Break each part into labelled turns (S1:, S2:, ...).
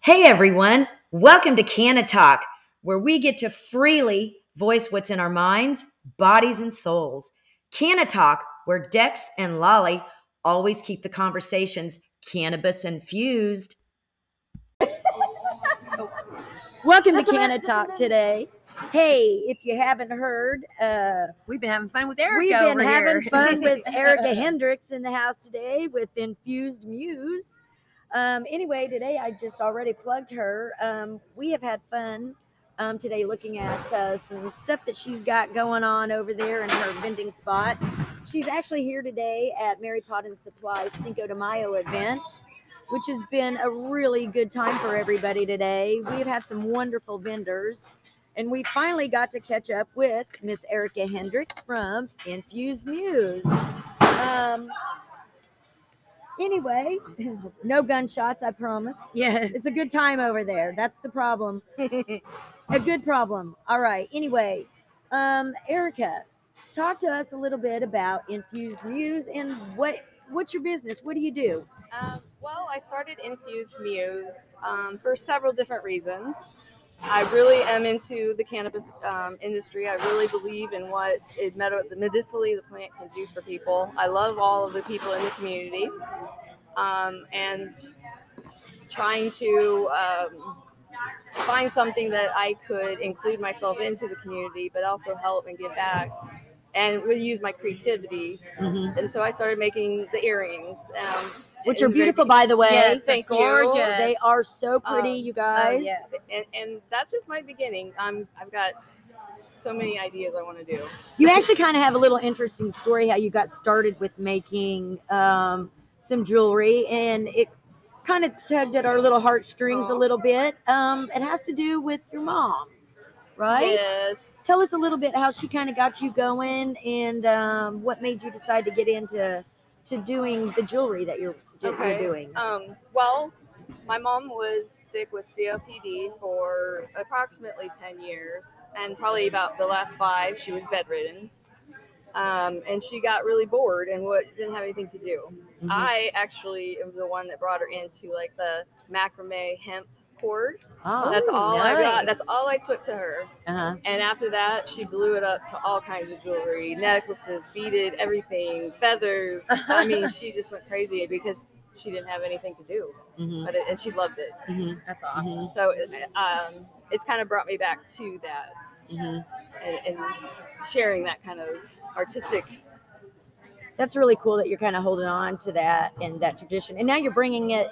S1: Hey everyone, welcome to Canna Talk, where we get to freely voice what's in our minds, bodies, and souls. Canna Talk, where Dex and Lolly always keep the conversations cannabis infused. welcome
S2: That's
S1: to
S2: what I-
S1: Canna
S2: that's what
S1: Talk
S2: I-
S1: today. Hey, if you haven't heard, uh,
S2: We've been having fun with Erica
S1: We've been
S2: over
S1: having
S2: here.
S1: fun with Erica Hendricks in the house today with Infused Muse. Um, anyway, today I just already plugged her. Um, we have had fun um, today looking at uh, some stuff that she's got going on over there in her vending spot. She's actually here today at Mary Pot and Supply Cinco de Mayo event, which has been a really good time for everybody today. We've had some wonderful vendors. And we finally got to catch up with Miss Erica Hendricks from Infused Muse. Um, anyway, no gunshots, I promise.
S2: yes.
S1: It's a good time over there. That's the problem. a good problem. All right. Anyway, um, Erica, talk to us a little bit about Infused Muse and what what's your business? What do you do?
S3: Um, well, I started Infused Muse um, for several different reasons. I really am into the cannabis um, industry. I really believe in what it med- the medicinally the plant can do for people. I love all of the people in the community, um, and trying to um, find something that I could include myself into the community, but also help and give back, and really use my creativity. And so I started making the earrings, um,
S1: Which
S3: in
S1: are
S3: the very
S1: beautiful, by the way.
S2: Yes, they're
S3: thank you.
S2: gorgeous.
S1: They are so pretty,
S3: Um,
S1: you guys.
S2: yes.
S3: and, and that's just my beginning. I'm I've got so many ideas I want to do.
S1: You actually kind of have a little interesting story how you got started with making um, some jewelry, and it kind of tugged at our little heartstrings a
S3: Aw.
S1: little bit. Um, it has to do with your mom, right?
S3: Yes.
S1: Tell us a little bit how she kind of got you going, and um, what made you decide to get into to doing the jewelry that you're, that
S3: Okay.
S1: you're doing.
S3: Um, well, my mom was sick with COPD for approximately 10 years, and probably about the last five, she was bedridden. Um, and she got really bored and what didn't have anything to do.
S1: Mhm.
S3: I actually am the one that brought her into like the macrame hemp cord.
S1: Oh,
S3: That's all I
S1: nice.
S3: brought. That's all I took to her.
S1: Uh-huh.
S3: And after that, she blew it up to all kinds of jewelry, necklaces, beaded, everything, feathers. I mean, she just went crazy because she didn't have anything to do,
S1: Mhm.
S3: but it, and she loved it.
S1: Mhm.
S2: That's awesome.
S3: So it, um, it's kind of brought me back to that
S1: Mhm.
S3: and, and sharing that kind of artistic.
S1: That's really cool that you're kind of holding on to that and that tradition, and now you're bringing it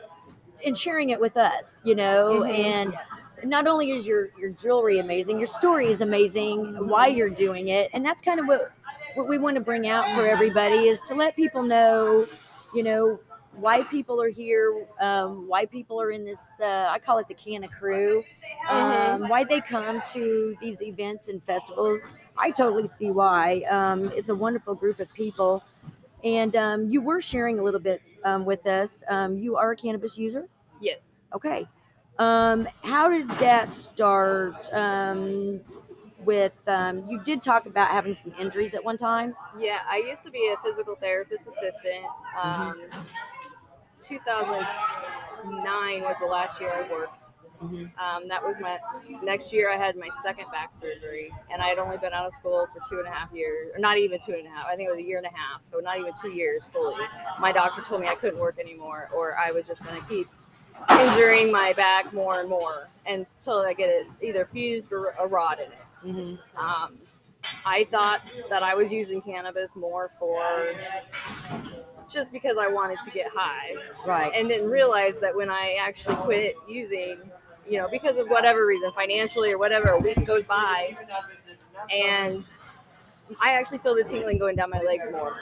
S1: and sharing it with us, you know,
S3: Mhm.
S1: and not only is your your jewelry amazing, your story is amazing, why you're doing it, and that's kind of what what we want to bring out for everybody is to let people know, you know, why people are here, um, why people are in this. Uh, I call it the Canna Crew. Um, why they come to these events and festivals. I totally see why. Um, it's a wonderful group of people, and um, you were sharing a little bit um, with us. Um, you are a cannabis user.
S3: Yes.
S1: Okay. Um, how did that start? Um, with um, you did talk about having some injuries at one time.
S3: Yeah, I used to be a physical therapist assistant. Um, 2009 was the last year I worked. Um, that was my next year. I had my second back surgery, and I had only been out of school for two and a half years, or not even two and a half. I think it was a year and a half, so not even two years fully. My doctor told me I couldn't work anymore, or I was just going to keep injuring my back more and more until I get it either fused or a rod in it. Um, I thought that I was using cannabis more for just because I wanted to get high
S1: Right.
S3: and didn't realize that when I actually quit using, you know, because of whatever reason, financially or whatever, a week goes by, and I actually feel the tingling going down my legs more.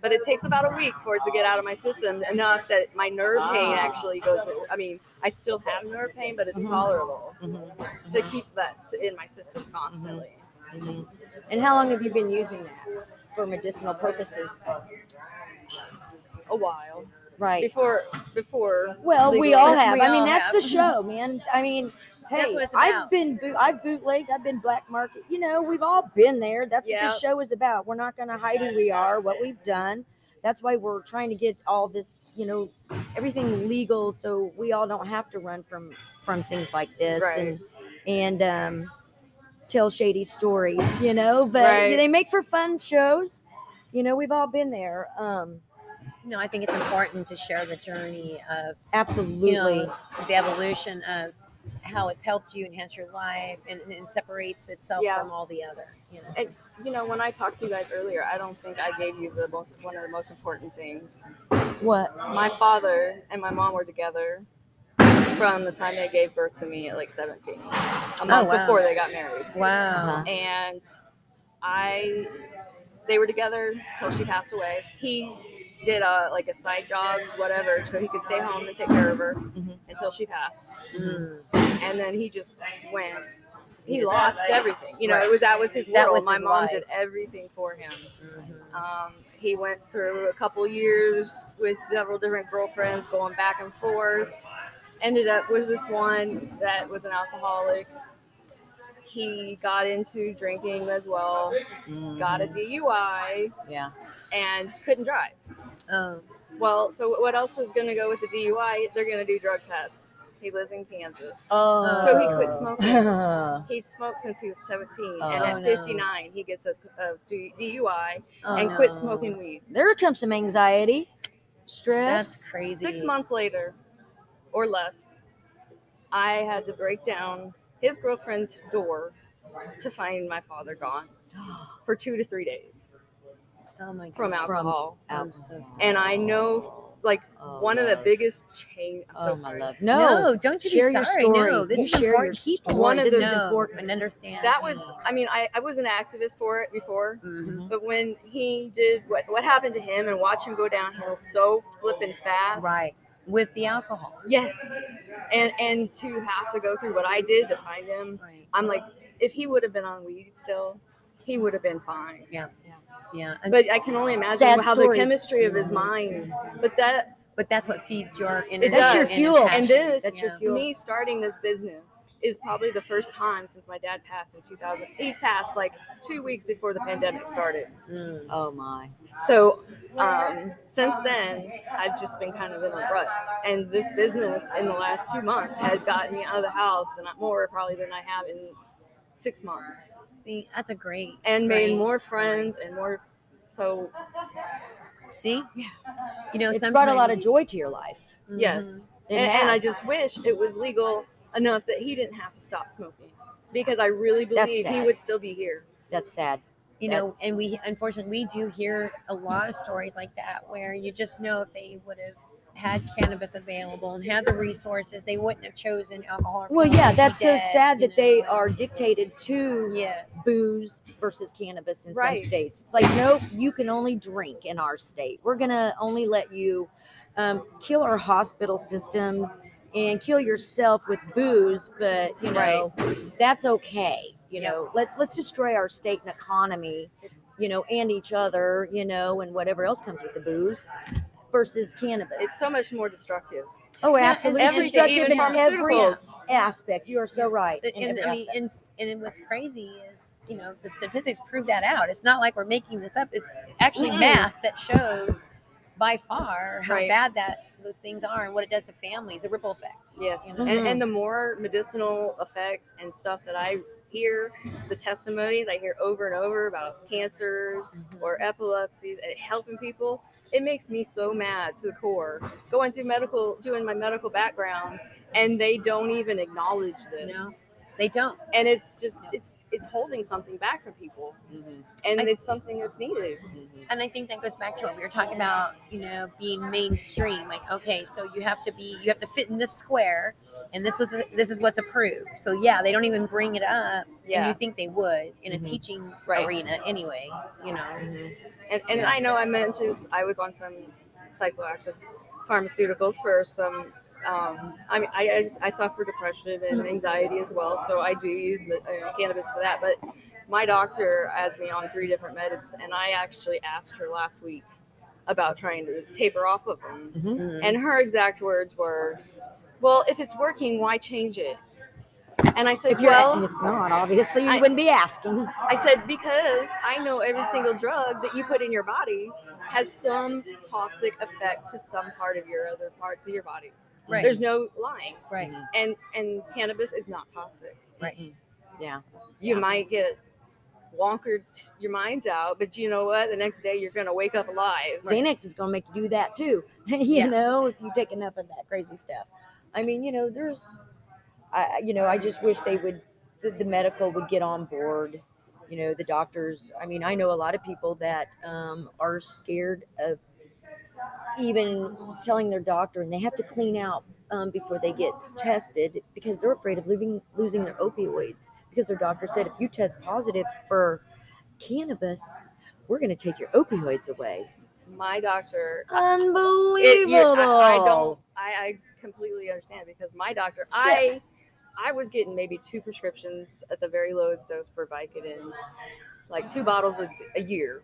S3: But it takes about a week for it to get out of my system enough that my nerve pain
S1: Ah.
S3: actually goes. I mean, I still have nerve pain, but it's
S1: Mhm.
S3: tolerable to keep that s- in my system constantly.
S1: And how long have you been using that for medicinal purposes?
S3: A while
S1: Right.
S3: before, before.
S1: Well, we
S3: legal-
S1: all
S2: That's-
S1: have.
S2: we
S1: I mean,
S2: all
S1: that's the
S2: have. Mm-hmm.
S1: show, man. I mean, hey,
S2: That's what it's
S1: I've
S2: about.
S1: been boot, I've bootlegged, I've been black market. You know, we've all been there. That's what
S3: Yeah.
S1: this show is about. We're not going to hide who we are, what we've done. that's why we're trying to get all this, you know, everything legal so we all don't have to run from from things like this
S3: Right.
S1: and and um, tell shady stories, you know. But
S3: Right.
S1: they make for fun shows. You know, we've all been there. Um,
S2: No, I think it's important to share the journey of
S1: absolutely.
S2: you know the evolution of how it's helped you enhance your life and, and separates itself
S3: Yeah.
S2: from all the other. You know,
S3: And- You know, when I talked to you guys earlier, I don't think I gave you the most one of the most important things.
S1: what?
S3: My father and my mom were together from the time they gave birth to me at like 17, a month
S2: wow.
S3: before they got married.
S2: wow,
S3: and I they were together till she passed away. He did uh, like a side jobs, whatever, so he could stay home and take care of her
S1: Mhm.
S3: until she passed.
S2: Mm.
S3: And then he just went. He
S2: He just-
S3: lost everything. You know,
S2: Right.
S3: it was that was his
S2: That
S3: world.
S2: was
S3: My
S2: his
S3: mom
S2: life.
S3: did everything for him.
S2: Mhm.
S3: Um, he went through a couple years with several different girlfriends, going back and forth. Ended up with this one that was an alcoholic. He got into drinking as well, got a
S2: Mm-hmm.
S3: DUI,
S1: Yeah.
S3: and couldn't drive.
S2: Oh,
S3: Well, so what else was going to go with the DUI? They're going to do drug tests. He lives in Kansas.
S1: Oh.
S3: So he quit smoking.
S1: smoking.
S3: He'd smoked since he was 17,
S1: Oh,
S3: and at
S2: no.
S3: 59, he gets a, a D- DUI
S2: oh
S3: and quit
S2: no.
S3: smoking weed.
S1: there comes some anxiety,
S2: That's
S1: stress.
S2: crazy.
S3: Six months later, or less, I had to break down his girlfriend's door to find my father gone for two to three days
S2: Oh my god.
S3: from alcohol.
S2: I'm so sorry.
S3: and I know, like,
S1: Oh,
S3: one of the
S1: love.
S3: biggest change. I'm
S1: Oh,
S3: so
S1: my
S3: sorry.
S1: love. No,
S2: don't you
S1: share
S2: be
S1: your
S2: sorry. No,
S1: story.
S2: this
S1: You
S2: is
S1: share your
S2: important. Keep
S1: story.
S3: One of
S2: this
S3: those-
S2: is
S1: No,
S2: important
S1: and
S2: and understand.
S3: That was, I mean, I, I was an activist for it before,
S2: hmm
S3: but when he did what, what happened to him and watch him go downhill so flippin' fast.
S2: right with the alcohol.
S3: Yes. And and to have to go through what I did to find him
S2: Right.
S3: I'm like, if he would have been on weed still, he would have been fine.
S2: Yeah. I
S3: But I can only imagine
S1: Sad
S3: how
S1: stories.
S3: the chemistry of his mind. But that
S2: But that's what feeds your energy.
S3: does.
S2: and
S1: That's your fuel.
S2: passion.
S3: and this,
S1: That's your
S2: Yeah.
S1: fuel.
S3: me starting this business is probably the first time since my dad passed in 2000. He passed like two weeks before the pandemic started.
S2: Mm.
S1: Oh my.
S3: So um, since then, I've just been kind of in a rut. And this business in the last two months has gotten me out of the house, and more probably than I have in six months.
S2: See, that's a great.
S3: and made
S2: Right.
S3: more friends and more. So
S2: See. Yeah. You know,
S1: It's
S2: sometimes,
S1: brought a lot of joy to your life.
S2: Mhm.
S3: yes,
S1: Mm-hmm. It
S3: and, and I
S1: has.
S3: just wish it was legal enough that he didn't have to stop smoking because I really
S1: That's
S3: believe he
S1: sad.
S3: would still be here.
S1: That's sad.
S2: You
S1: That-
S2: know, and we unfortunately we do hear a lot of stories like that where you just know if they would have had cannabis available and had the resources, they wouldn't have chosen alcohol. or
S1: Well,
S2: pills
S1: yeah,
S2: to
S1: that's so
S2: get,
S1: sad
S2: you
S1: that they
S2: know,
S1: are
S2: and-
S1: dictated to
S2: Yes.
S1: booze versus cannabis in
S3: Right.
S1: some states. It's like, nope, you can only drink in our state. We're gonna only let you um, kill our hospital systems and kill yourself with booze, but you know that's okay. You
S2: Yep.
S1: know, let let's destroy our state and economy, you know, and each other, you know, and whatever else comes with the booze versus cannabis.
S3: It's so much more destructive.
S1: oh,
S2: and
S1: absolutely, it's
S2: everything,
S1: destructive
S3: even
S1: in every
S3: pharmaceuticals.
S1: aspect. You are so right.
S2: But-
S1: in
S2: and
S1: every
S2: I mean,
S1: aspect.
S2: and, and what's crazy is, you know, the statistics prove that out. It's not like we're making this up. It's actually
S3: Mm-hmm.
S1: Mm.
S2: math that shows by far how
S3: Right.
S2: bad that those things are and what it does to families, the ripple effect.
S3: Yes,
S2: You
S1: know?
S3: and, and the more medicinal effects and stuff that I hear, the testimonies I hear over and over about cancers
S2: Mm-hmm.
S1: Mhm.
S3: or epilepsies and helping people, it makes me so mad to the core. Going through medical, doing my medical background, and they don't even acknowledge this,
S2: No. They don't.
S3: and it's just it's it's holding something back from people, and
S2: Mm-hmm. I-
S3: it's something that's needed.
S2: And I think that goes back to what we were talking about, you know, being mainstream. Like, okay, so you have to be, you have to fit in this square, and this was, this is what's approved. So yeah, they don't even bring it up, and
S3: Yeah,
S2: you think they would in
S1: Mhm.
S2: a teaching
S3: Right.
S2: arena anyway, you know.
S3: and and I know I mentioned I was on some psychoactive pharmaceuticals for some. Um, I mean, I I, just, I suffer depression and
S1: Hmm.
S3: anxiety as well, so I do use the, uh, cannabis for that. But my doctor has me on three different meds, and I actually asked her last week about trying to taper off of them.
S2: Mm.
S1: Mm-hmm.
S3: And her exact words were, "Well, if it's working, why change it?" And I said,
S1: If you're,
S3: well,
S1: it's not, obviously, you
S3: I-
S1: wouldn't be asking.
S3: I said, because I know every single drug that you put in your body has some toxic effect to some part of your other parts of your body.
S2: Right.
S3: There's no lying.
S2: right.
S3: And and cannabis is not toxic.
S2: Right.
S1: Yeah.
S3: You
S1: Yeah.
S3: might get wonkered your mind's out, but you know what? The next day you're gonna wake up alive.
S1: Xanax is going to make you do that too. you
S2: Yeah.
S1: know, if you take enough of that crazy stuff. I mean, you know, there's, I, I- you know, I just wish they would, the, the medical would get on board. You know, the doctors. I mean, I know a lot of people that um, are scared of even telling their doctor, and they have to clean out um, before they get tested because they're afraid of losing losing their opioids because their doctor said if you test positive for cannabis, we're going to take your opioids away.
S3: My doctor It-
S1: Unbelievable.
S3: you- I, I don't. I, I completely understand because my doctor,
S1: Sick.
S3: I, I was getting maybe two prescriptions at the very lowest dose for Vicodin, like two bottles a, a year,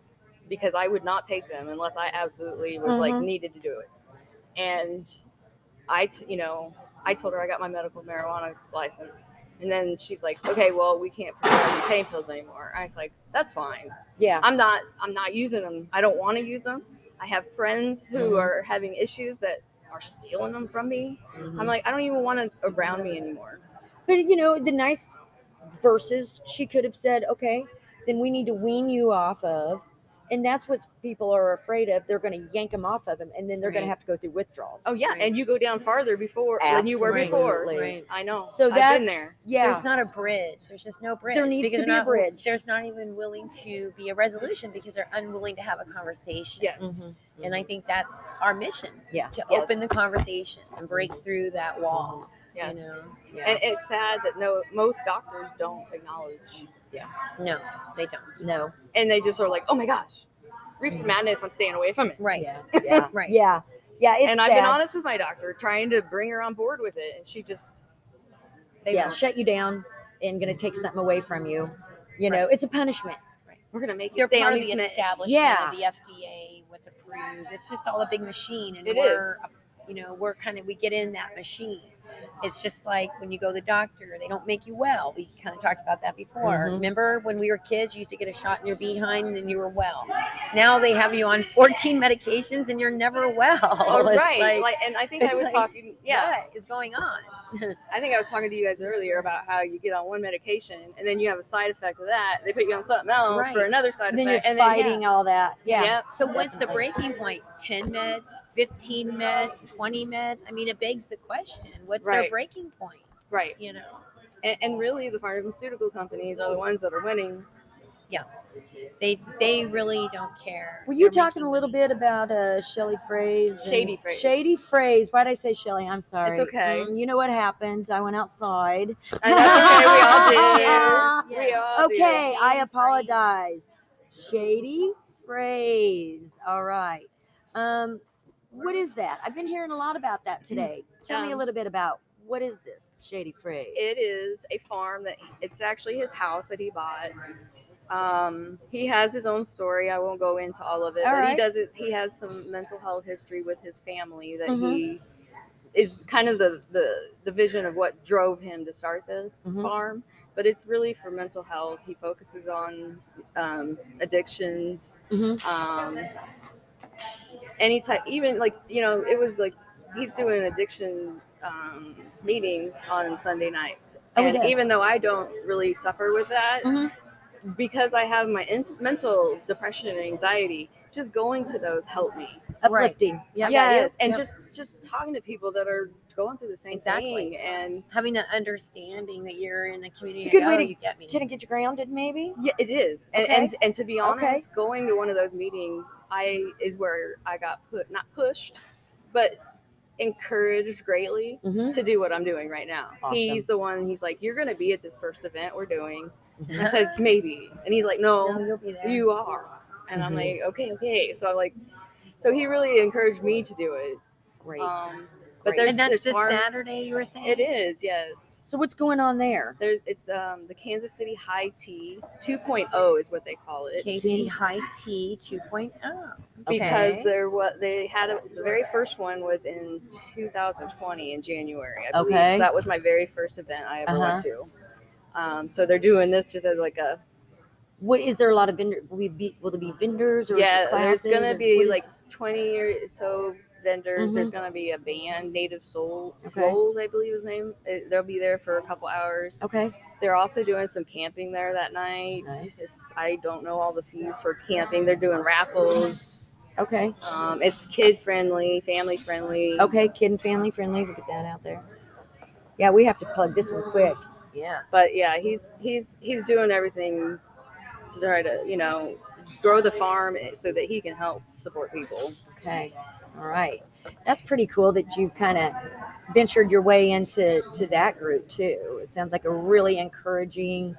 S3: because I would not take them unless I absolutely was like
S1: Mhm.
S3: needed to do it. And I, t- you know, I told her I got my medical marijuana license. And then she's like, "Okay, well, we can't prescribe you pain pills anymore." I was like, "That's fine.
S1: Yeah.
S3: I'm not I'm not using them. I don't want to use them. I have friends who
S2: Mm-hmm.
S1: Mhm.
S3: are having issues that are stealing them from me.
S2: Mm-hmm.
S3: I'm like I don't even want it around me anymore.
S1: But you know, the nice verses she could have said, okay, then we need to wean you off of. And that's what people are afraid of. They're going to yank them off of them, and then they're going to
S2: Right.
S1: have to go through withdrawals.
S3: Oh yeah,
S2: Right.
S3: and you go down farther before than you were before.
S1: Absolutely.
S2: Right.
S3: I know.
S1: So that's
S3: I've been there.
S1: yeah,
S2: There's not a bridge. There's just no bridge.
S1: needs
S2: because
S1: to
S2: they're
S1: be a
S2: not-
S1: bridge.
S2: There's not even willing to be a resolution because they're unwilling to have a conversation.
S3: Yes.
S2: And I think that's our mission.
S1: Mm-hmm. Yeah.
S2: To
S3: Mm-hmm. Yes.
S2: open the conversation and break through that wall.
S3: Yes.
S2: You know,
S3: And it's sad that no most doctors don't acknowledge
S2: no, they don't.
S1: no,
S3: and they just are like, "Oh my gosh. Reefer
S2: Mm.
S1: Mhm.
S3: madness, I'm staying away from it."
S2: Right.
S1: yeah, yeah,
S2: Right.
S1: yeah, yeah. It's
S3: and I've been
S1: sad.
S3: honest with my doctor trying to bring her on board with it and she just
S2: They
S1: yeah,
S2: won't.
S1: shut you down and going to take something away from you. You know, it's a punishment.
S3: we're going to make you
S2: They're
S3: stay
S2: part
S3: on
S2: of
S3: these
S2: the
S3: meds."
S2: establishment
S1: Yeah.
S2: of the FDA, what's approved. It's just all a big machine, and
S3: It
S2: we're, uh, you know, we're kind of we get in that machine. It's just like when you go to the doctor, they don't make you well. We kind of talked about that before.
S3: Mm-hmm.
S1: Mhm.
S2: Remember when we were kids, you used to get a shot in your behind, and then you were well. Now they have you on 14 medications, and you're never well.
S3: Oh,
S2: It's
S3: right. Like,
S2: like,
S3: and I think I
S2: it's
S3: was
S2: like-
S3: talking, yeah,
S2: what is going on?
S3: I think I was talking to you guys earlier about how you get on one medication and then you have a side effect of that. They put you on something else
S2: Right.
S3: for another side
S1: And then you're
S3: effect. and
S1: fighting all that.
S3: Then, yeah.
S1: Yeah,
S3: Yep.
S2: So what's the
S1: Definitely.
S2: breaking point? 10 meds, 15 meds, 20 meds? I mean, it begs the question, what's their
S3: Right.
S2: breaking point?
S3: Right.
S2: You know,
S3: And, and really, the pharmaceutical companies are the ones that are winning.
S2: they they really don't care.
S1: Were you
S2: They're
S1: talking
S2: making
S1: a little
S2: money.
S1: bit about uh, Shelly Phrase? and-
S3: Shady Phrase.
S1: Shady Phrase. Why'd I say Shelly? I'm sorry.
S3: okay.
S1: Mm, you know what happened? I went outside.
S3: And that's okay. We all do.
S1: Yes,
S3: We
S2: yes.
S3: all do.
S1: Okay, I
S2: Shady
S1: apologize. Shady Phrase. All right. Um, what is that? I've been hearing a lot about that today. Tell me a
S3: Um,
S1: little bit about what is this Shady Phrase?
S3: It is a farm that it's actually his house that he bought. Um, he has his own story. I won't go into all of it,
S1: All
S3: but he
S1: right.
S3: does it. He has some mental health history with his family that
S1: Mhm.
S3: he is kind of the, the the vision of what drove him to start this
S1: Mhm.
S3: farm. But it's really for mental health. He focuses on um, addictions,
S1: Mhm.
S2: Mm-hmm.
S3: um, any type, even like you know, it was like he's doing addiction um, meetings on Sunday nights,
S1: Oh, he
S3: and
S1: does.
S3: even though I don't really suffer with that,
S1: Mhm.
S2: Mm-hmm.
S3: because I have my in- mental depression and anxiety, just going to those help me.
S2: Right.
S1: Uplifting.
S2: Yeah,
S3: yes, and
S2: Yep.
S3: just just talking to people that are going through the same
S2: Exactly.
S3: thing, and
S2: having that understanding that you're in a community.
S1: It's a good
S2: oh,
S1: way to
S2: you get me.
S1: Can it get you grounded, maybe?
S3: Yeah, it is. And
S1: Okay.
S3: and, and to be honest,
S1: Okay.
S3: going to one of those meetings, I is where I got put not pushed, but encouraged greatly
S1: Mm-hmm.
S3: to do what I'm doing right now.
S1: Awesome.
S3: He's the one. He's like, you're gonna be at this first event we're doing. And I
S2: I
S3: said maybe, and he's like, no,
S2: Oh, you'll be there.
S3: you are. And I'm
S1: Mhm.
S3: like, okay, okay. So I'm like, so he really encouraged me to do it.
S1: Great.
S3: Um, But
S1: Great.
S3: there's
S2: and that's
S3: there's
S2: this
S3: farm-
S2: Saturday you were saying.
S3: It is yes.
S1: So what's going on there?
S3: There's it's um the Kansas City High Tea 2.0 is what they call it.
S2: KC High Tea 2.0.
S3: because
S2: Okay.
S3: there was they had a, the very first one was in 2020 in January. I believe.
S1: Okay. Uh-huh.
S3: So that was my very first event I ever went to. Um, so they're doing this just as like a
S1: What is there a lot of vendor? Will, we be, will there be vendors or is it
S3: yeah. There's
S1: classes
S3: gonna
S1: or what
S3: be
S1: is
S3: like
S1: this?
S3: 20 or so vendors. There's gonna be a band, Native Soul
S1: Mm-hmm. Okay.
S3: Souls, I believe his name. It, they'll be there for a couple hours.
S1: okay.
S3: They're also doing some camping there that night.
S1: Nice.
S3: It's, I don't know all the fees for camping. They're doing raffles.
S1: Okay.
S3: Um, it's kid friendly, family friendly.
S1: Okay. Kid and family friendly. We'll get that out there. Yeah, we have to plug this one quick.
S2: Yeah.
S3: but yeah, he's he's he's doing everything to try to you know grow the farm so that he can help support people.
S1: Okay. All right. That's pretty cool that you've kind of ventured your way into to that group too. It sounds like a really encouraging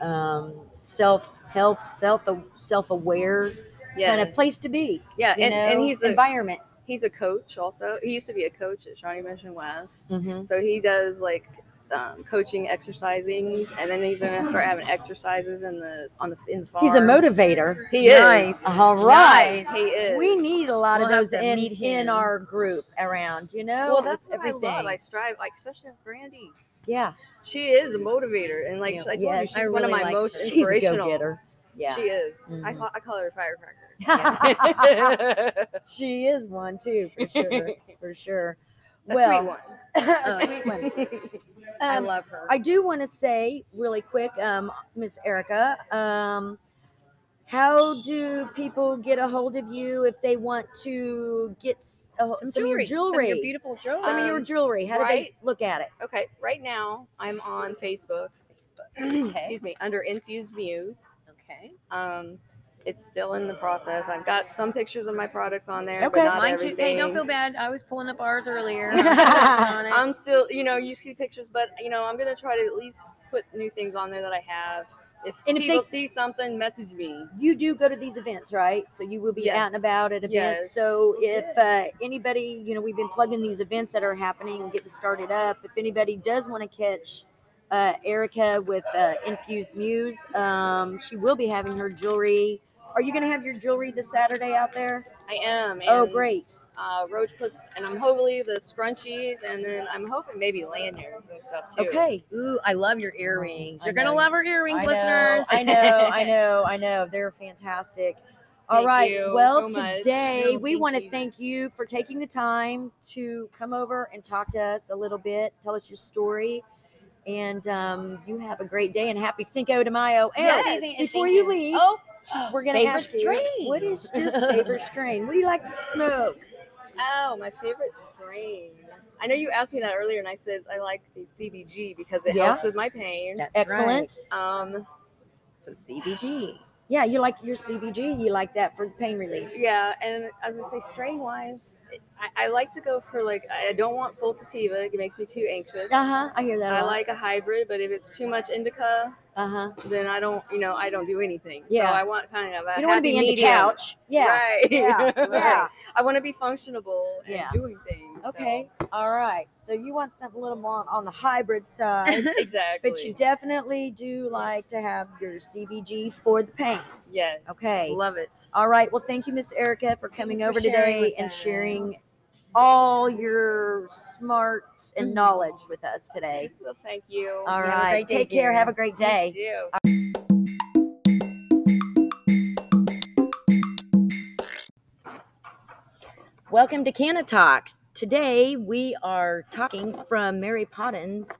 S1: um, self help, self self aware
S3: Yeah,
S1: kind of place to be.
S3: yeah,
S1: you
S3: and, and
S1: know,
S3: he's a
S1: environment.
S3: he's a coach also. He used to be a coach at Shawnee Mission West,
S1: Mm-hmm.
S3: so he does like um, coaching, exercising, and then he's gonna start having exercises in the on the in the farm.
S1: He's a motivator.
S3: He is.
S2: Nice.
S1: All right.
S3: He is.
S1: We need a lot of
S2: We'll have
S1: those
S2: to
S1: in,
S2: meet
S1: in
S2: him.
S1: our group around, you know?
S3: Well, that's what
S1: everything.
S3: I love. I strive, like especially with Brandy.
S1: yeah.
S3: She is a motivator, and like
S2: Yeah.
S3: I told you,
S1: Yes.
S3: she's
S1: I
S3: one of
S2: really
S3: my
S2: like
S3: most
S2: her.
S1: She's a go
S3: inspirational.
S1: getter. Yeah.
S3: She is. I,
S1: Mhm.
S3: call, I call her a firecracker.
S1: She, is one too, for sure. For sure.
S3: A
S1: well,
S3: sweet one.
S1: a
S2: Oh.
S1: sweet one.
S2: I
S1: Um,
S2: love her.
S1: I do want to say really quick, um, Miss Erica, um, how do people get a hold of you if they want to get s- a, ho- some, of your jewelry?
S2: Some of your beautiful jewelry.
S1: Some of your
S3: Um,
S1: jewelry. How do
S3: right-
S1: they look at it?
S3: Okay, right now I'm on Facebook.
S2: okay.
S3: Excuse me, under Infused Muse.
S2: Okay.
S3: Um, it's still in the process. I've got some pictures of my products on there,
S1: Okay.
S3: but not
S2: Mind you,
S3: everything.
S2: hey, don't feel bad. I was pulling up ours earlier. I'm working on it.
S1: Um,
S3: I'm still, you know, you see pictures, but you know, I'm gonna try to at least put new things on there that I have. If
S1: And if
S3: people
S1: they-
S3: see something, message me.
S1: you do go to these events, right? So you will be
S3: Yeah.
S1: out and about at events.
S3: Yes.
S1: So if uh, anybody, you know, we've been plugging these events that are happening and getting started up. If anybody does want to catch uh, Erica with uh, Infused Muse, um, she will be having her jewelry. Are you going to have your jewelry this Saturday out there?
S3: I am.
S1: oh,
S3: and,
S1: great.
S3: Uh, roach clips, and I'm hopefully the scrunchies, and then I'm hoping maybe lanyards and stuff too.
S1: Okay.
S2: Ooh, I love your earrings.
S1: Oh, I
S2: You're gonna
S1: know.
S2: love our earrings,
S1: I know,
S2: listeners.
S1: I know, I know, I know. They're fantastic. All
S3: Thank
S1: right.
S3: you
S1: well,
S3: so much.
S1: today
S2: No,
S1: we
S2: thank
S1: want to
S2: you.
S1: thank you for taking the time to come over and talk to us a little bit, tell us your story, and um, you have a great day and happy Cinco de Mayo. And
S2: Yes, and
S1: before
S2: thank
S1: you
S2: you.
S1: leave,
S2: Oh,
S1: we're gonna
S2: favorite
S1: ask you
S2: strain.
S1: what is your favorite strain? What do you like to smoke?
S3: Oh, my favorite strain. I know you asked me that earlier, and I said I like the CBG because it
S1: Yeah.
S3: helps with my pain.
S2: that's
S1: Excellent.
S2: right.
S3: Um,
S2: So CBG.
S1: Yeah, you like your CBG. You like that for pain relief.
S3: yeah, and I was gonna say strain wise, I, I like to go for like I don't want full sativa; it makes me too anxious.
S1: Uh huh. I hear that.
S3: I like a hybrid, but if it's too much indica,
S1: Uh huh.
S3: then I don't, you know, I don't do anything.
S1: Yeah.
S3: So I want kind of a
S1: You don't want to
S3: happy
S1: be in the
S3: medium.
S1: couch. Yeah.
S3: Right.
S1: Yeah.
S3: Right.
S1: yeah.
S3: I want to be functionable and
S1: Yeah.
S3: doing things. so-
S1: Okay. All right. So you want something a little more on the hybrid side,
S3: Exactly.
S1: but you definitely do like to have your CBG for the pain.
S3: Yes.
S1: Okay.
S3: Love it.
S1: All right. Well, thank you, Miss Erica, for coming
S2: Thanks
S1: over
S2: for sharing
S1: today
S2: with
S1: and
S2: us.
S1: sharing all your smarts and
S2: Mhm.
S1: knowledge with us today.
S3: Well, thank you.
S1: All
S2: have a
S1: right.
S2: great day,
S1: Take care. Have
S2: dear.
S1: a great
S3: You
S1: day.
S3: too.
S1: Welcome to Canna Talk. Today we are talking from Mary Poppins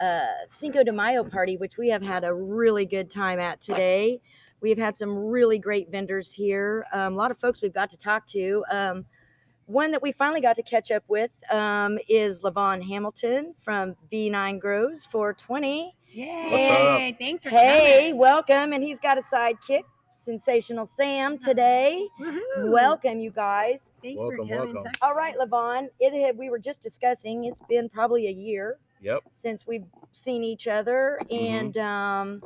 S1: uh, Cinco de Mayo party, which we have had a really good time at today. We've had some really great vendors here, um, a lot of folks we've got to talk to. Um, one that we finally got to catch up with um, is Lavon Hamilton from V9 Grows 420.
S2: Yay!
S4: What's
S2: Thanks for
S1: Hey,
S2: coming.
S1: welcome. And he's got a sidekick, Sensational Sam, today.
S2: Woohoo.
S1: Welcome, you guys.
S2: Thank
S4: Welcome,
S2: you for coming.
S4: welcome.
S1: All right, Levon. It had, we were just discussing. It's been probably a year
S4: Yep. Mm-hmm.
S1: since we've seen each other, and um,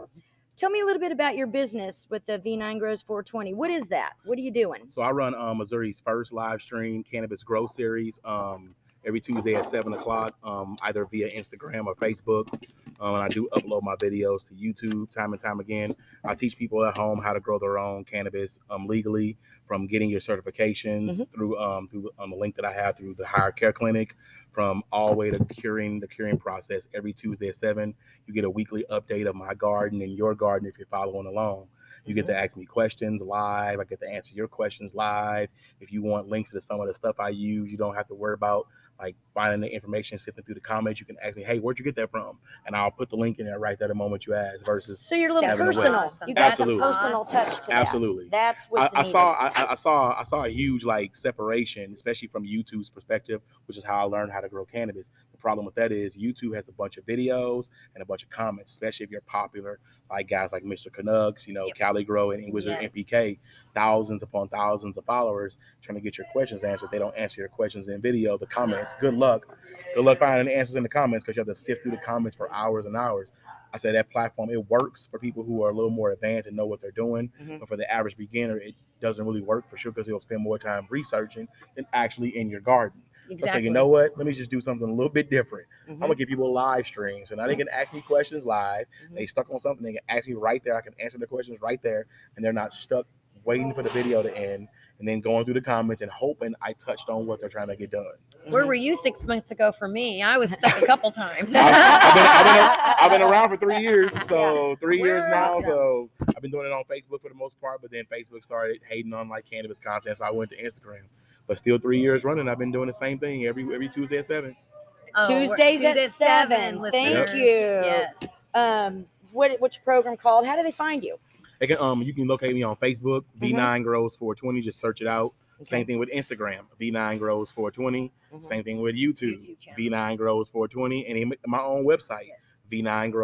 S1: tell me a little bit about your business with the V9 Grows 420. What is that? What are you doing?
S4: uh, So I run um, Missouri's first live stream cannabis grow series. Um, every Tuesday at seven o'clock, um, either via Instagram or Facebook. Um, and I do upload my videos to YouTube time and time again. I teach people at home how to grow their own cannabis um, legally, from getting your certifications through um, through um, the link that I have through the Higher Care Clinic, from all the way to curing the curing process. Every Tuesday at seven, you get a weekly update of my garden and your garden if you're following along. You get to ask me questions live. I get to answer your questions live. If you want links to some of the stuff I use, you don't have to worry about like finding the information, sifting through the comments. You can ask me, hey, where'd you get that from? And I'll put the link in there right there the moment you ask versus
S1: so you're a little
S4: Having a web-
S1: personal. You got some
S4: Absolutely.
S1: personal touch to that.
S4: absolutely.
S1: That's
S4: I,
S1: what's
S4: I
S1: needed.
S4: saw I, I- I saw I saw a huge like separation, especially from YouTube's perspective, which is how I learned how to grow cannabis. The problem with that is YouTube has a bunch of videos and a bunch of comments, especially if you're popular, like guys like Mr. Canucks, you know,
S2: Yep.
S4: Cali Grow and Wizard
S2: Yes.
S4: MPK, thousands upon thousands of followers trying to get your questions answered. If they don't answer your questions in video, the comments. Good luck. Good luck finding the answers in the comments because you have to sift through the comments for hours and hours. I said that platform it works for people who are a little more advanced and know what they're doing,
S1: Mhm.
S4: but for the average beginner, it doesn't really work for sure because they'll spend more time researching than actually in your garden. So I say, you know what? Let me just do something a little bit different. I'm gonna give people live streams, so now they can ask me questions live. They stuck on something, they can ask me right there. I can answer the questions right there, and they're not stuck waiting for the video to end and then going through the comments and hoping I touched on what they're trying to get done.
S1: Mm-hmm.
S2: Where were you six months ago for me? I was stuck a couple times.
S4: I've, I've been, I've been a- I've been around for three years, so 3 years
S2: We're
S4: now.
S2: awesome.
S4: So I've been doing it on Facebook for the most part, but then Facebook started hating on like cannabis content, so I went to Instagram. But still, three years running, I've been doing the same thing every every Tuesday at seven.
S2: Oh, we're-
S1: Tuesdays at
S2: Tuesday
S1: seven. Thank
S2: listeners.
S1: you.
S2: Yes.
S1: um, what what's your program called? How do they find you?
S4: They can um you can locate me on Facebook, V9 Grows 420. Just search it out. Same thing with Instagram, V9 Grows 420.
S1: Mhm.
S4: Same thing with Mm-hmm. YouTube,
S2: YouTube channel.
S4: V9 Grows 420, and even my own website,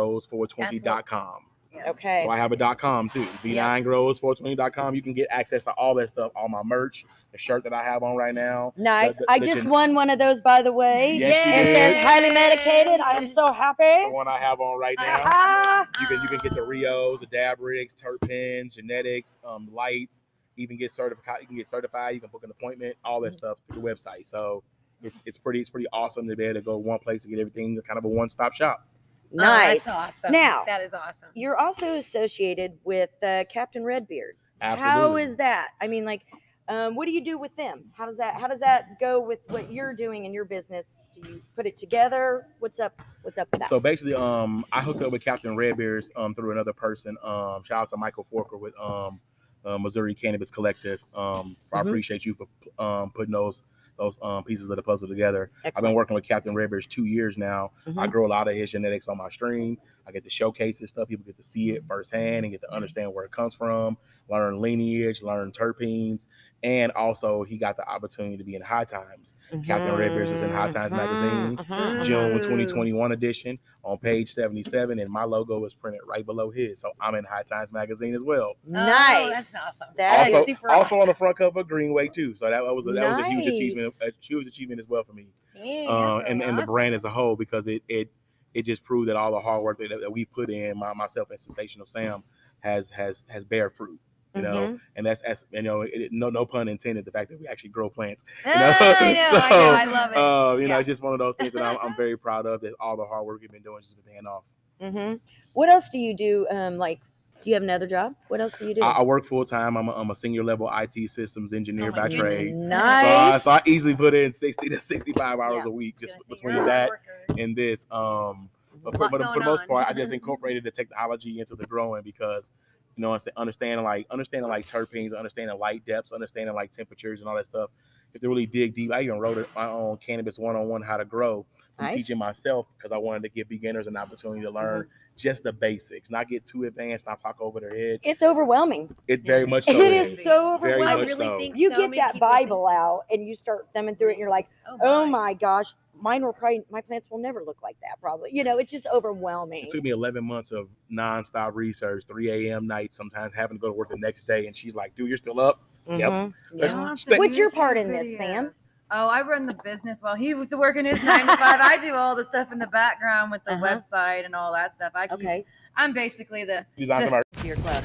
S4: V9Grows420.com.
S2: Yeah.
S1: Okay.
S4: So I have a dot com too. V9grows420.com. You can get access to all that stuff, all my merch, the shirt that I have on right now.
S1: nice.
S4: the-
S1: I
S4: the
S1: just
S4: gen-
S1: won one of those, by the way.
S4: Yes, you
S1: It
S4: did.
S1: says highly medicated. I am so
S4: The
S1: happy.
S4: one I have on right now.
S1: Ah,
S4: You can you can get the Rios, the dab rigs, terpins, genetics, um, lights. Even get certified. You can get certified. You can book an appointment. All
S1: Mm.
S4: that stuff through the website. So it's it's pretty it's pretty awesome to be able to go one place and get everything. Kind of a one stop shop.
S2: Oh, that's
S1: nice.
S2: awesome.
S1: Now-
S2: that is awesome.
S1: You're also associated with uh, Captain Redbeard. How
S4: Absolutely.
S1: is that? I mean, like, um, what do you do with them? How does that How does that go with what you're doing in your business? Do you put it together? What's up? What's up with that?
S4: So basically, um, I hooked up with Captain Redbeards um through another person. Um, shout out to Michael Forker with um, uh, Missouri Cannabis Collective. Um, I
S1: Mhm.
S4: appreciate you for um putting those those um pieces of the puzzle together. I've been
S1: Excellent.
S4: working with Captain Redbeards two years now. I
S1: Mhm.
S4: grow a lot of his genetics on my stream. I get to showcase his stuff. People get to see it firsthand and get to understand where it comes from, learn lineage, learn terpenes, and also he got the opportunity to be in High Times. Captain Redbeards is in High Times magazine.
S1: Mhm.
S4: June
S2: Mm.
S4: 2021 edition on page 77, and my logo is printed right below his. So I'm in High Times magazine as well.
S1: Nice.
S2: that's awesome.
S1: That
S2: is
S4: Also,
S2: super
S4: also on
S2: awesome.
S4: the front cover of Greenway too. So that was a, that was a huge achievement, a
S1: Nice.
S4: huge achievement as well for me,
S2: Yeah, that's
S4: uh,
S2: really
S4: and and the
S2: awesome.
S4: brand as a whole because it it it just proved that all the hard work that, that we put in, my, myself and Sensational Sam, has has has bear fruit. You know,
S2: Mm-hmm.
S1: Mhm.
S4: and that's as you know, it, it- no no pun intended. The fact that we actually grow plants.
S2: Ah, I know, I know, I love it.
S4: Uh, you know,
S2: Yeah.
S4: it's just one of those things that I'm, I'm very proud of. That all the hard work we've been doing has just been paying off.
S1: hmm What else do you do? Um, like, do you have another job? What else do you do?
S4: I, I work full time. I'm a, I'm a senior level IT systems engineer
S2: Oh my
S4: by
S2: goodness.
S4: trade. So I,
S1: nice.
S4: so I easily put in 60 to 65 hours
S2: Yeah.
S4: a week just
S2: Gonna say
S4: between
S2: you're a
S4: that
S2: hard worker.
S4: and this. Um, but for,
S2: Lot
S4: but for the
S2: going
S4: most
S2: on. Mm-hmm.
S4: part, I just incorporated the technology into the growing because, you know, I said understanding like understanding like terpenes, understanding light depths, understanding like temperatures and all that stuff. If they really dig deep, I even wrote it- my own cannabis one on one how to grow. I'm teaching
S1: Nice.
S4: myself because I wanted to give beginners an opportunity to learn
S2: Mm-hmm.
S4: just the basics, not get too advanced, not talk over their head.
S1: It's overwhelming.
S4: It very much so
S1: it is so
S4: Very
S1: overwhelming.
S2: I
S4: much
S2: really
S4: so.
S2: think
S1: you
S2: so
S1: get
S2: many
S1: that
S2: people think-
S1: Bible out and you start thumbing through it, and you're like, "Oh my gosh, mine will probably my plants will never look like that." Probably, you know, it's just overwhelming.
S4: It took me 11 months of nonstop research, 3 a.m. nights, sometimes having to go to work the next day. And she's like, dude, you're still up? Yep.
S1: Mhm.
S4: That's-
S5: Yeah.
S4: that-
S1: What's your part in this, Sam?
S5: Videos. Oh, I run the business while he was working his nine to five. I do all the stuff in the background with the
S1: Uh-huh.
S5: website and all that stuff. I keep,
S1: Okay.
S5: I'm basically the
S4: Design some art.
S5: your club.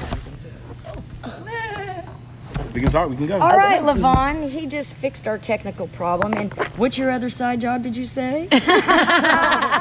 S4: we can start. We can go.
S1: All right, Levon, he just fixed our technical problem. And what's your other side job, did you say?
S4: So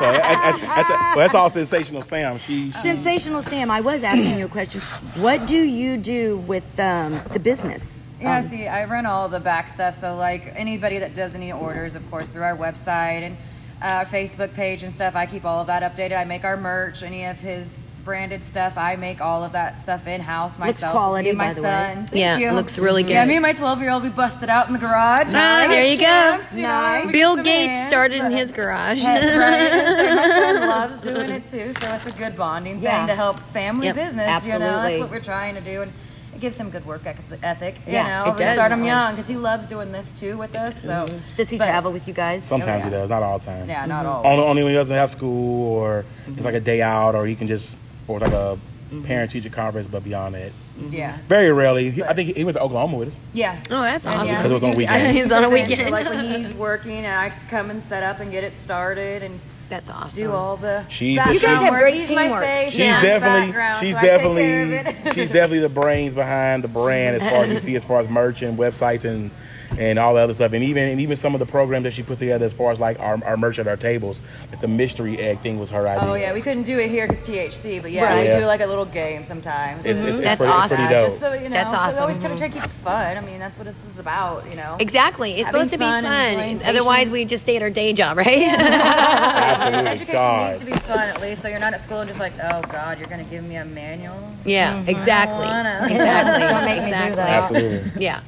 S4: I- I- that's, well, that's all sensational, Sam. She,
S1: Oh,
S4: she
S1: Sensational Sam, I was asking you a question. What do you do with um, the business?
S5: Yeah, see, I run all the back stuff. So, like anybody that does any orders, of course, through our website and our uh, Facebook page and stuff, I keep all of that updated. I make our merch, any of his branded stuff. I make all of that stuff in house myself.
S1: Looks quality,
S5: me and my
S1: by the way.
S5: son. Thank
S6: Yeah,
S5: you.
S6: it looks really
S5: Yeah,
S6: good.
S5: me and my 12 year old, we busted out in the garage.
S6: Ah, there you go.
S5: Champs, you know,
S1: Nice.
S6: Bill
S5: some
S6: Gates
S5: hands,
S6: started in
S5: but-
S6: his garage.
S5: Right, right. my son loves doing it too, so it's a good bonding thing
S1: Yeah.
S5: to help family
S1: Yep,
S5: business. You know,
S1: absolutely.
S5: that's what we're trying to do, and it gives him good work ec- ethic. You
S1: Yeah, it
S5: know, we start
S1: does.
S5: him young because he loves doing this too with us. So
S1: Does he
S5: But-
S1: travel Mm-hmm. with you guys?
S4: sometimes
S5: Oh, yeah.
S4: he does, not all the time.
S5: yeah, not all.
S4: Only, only when he doesn't have school or it's
S1: Mm-hmm.
S4: like a day out or he can just or it's like a parent teacher conference. But beyond that,
S5: Yeah,
S4: very rarely. He, I think he, he went to Oklahoma with us.
S5: yeah.
S6: Oh, that's
S5: And
S6: awesome.
S5: yeah,
S4: Because it was on
S5: we do-
S4: weekend.
S5: I do
S6: He's on a
S5: things, so,
S6: weekend.
S5: Like when he's working, and I just come and set up and get it started and
S6: That's awesome.
S5: do all the.
S4: She's
S5: back
S4: You guys
S5: ground
S1: have
S5: work.
S1: great
S5: He's my
S1: teamwork.
S5: face,
S4: She's
S5: I'm the
S4: definitely,
S5: background,
S4: she's
S5: so I take care of
S4: definitely,
S5: it.
S4: she's definitely the brains behind the brand as far as you see, as far as merch and websites and and all the other stuff, and even and even some of the programs that she put together as far as like our, our merch at our tables, like the mystery egg thing was her idea.
S5: Oh yeah, we couldn't do it here because THC, but yeah,
S1: Right.
S5: we
S4: Yeah.
S5: do like a little game sometimes.
S4: It's, it's, it's
S6: That's
S4: pretty, it's
S6: awesome.
S4: pretty
S5: Yeah,
S4: dope.
S5: just so, you know,
S6: That's
S5: 'cause I
S6: awesome.
S5: always kind of try to keep it fun. I mean, that's what this is about, you know.
S6: Exactly. It's
S5: Having
S6: supposed to be
S5: fun
S6: fun.
S5: and enjoying
S6: Otherwise,
S5: patience.
S6: we just stay at our day job, right?
S4: Absolutely,
S5: Education
S4: God.
S5: needs to be fun at least, so you're not at school and just like, oh God, you're gonna give me a manual.
S6: yeah, exactly.
S5: Mm-hmm. wanna.
S6: Exactly.
S1: Don't make me do
S6: exactly.
S1: that.
S4: Absolutely.
S6: Yeah.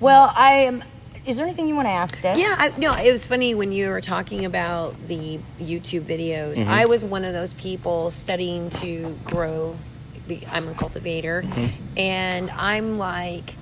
S1: Well, I am. Is there anything you want to ask us?
S6: Yeah, I, no, it was funny when you were talking about the YouTube videos.
S4: Mm-hmm.
S6: I was one of those people studying to grow. be- I'm a cultivator,
S4: Mm-hmm.
S6: and I'm like,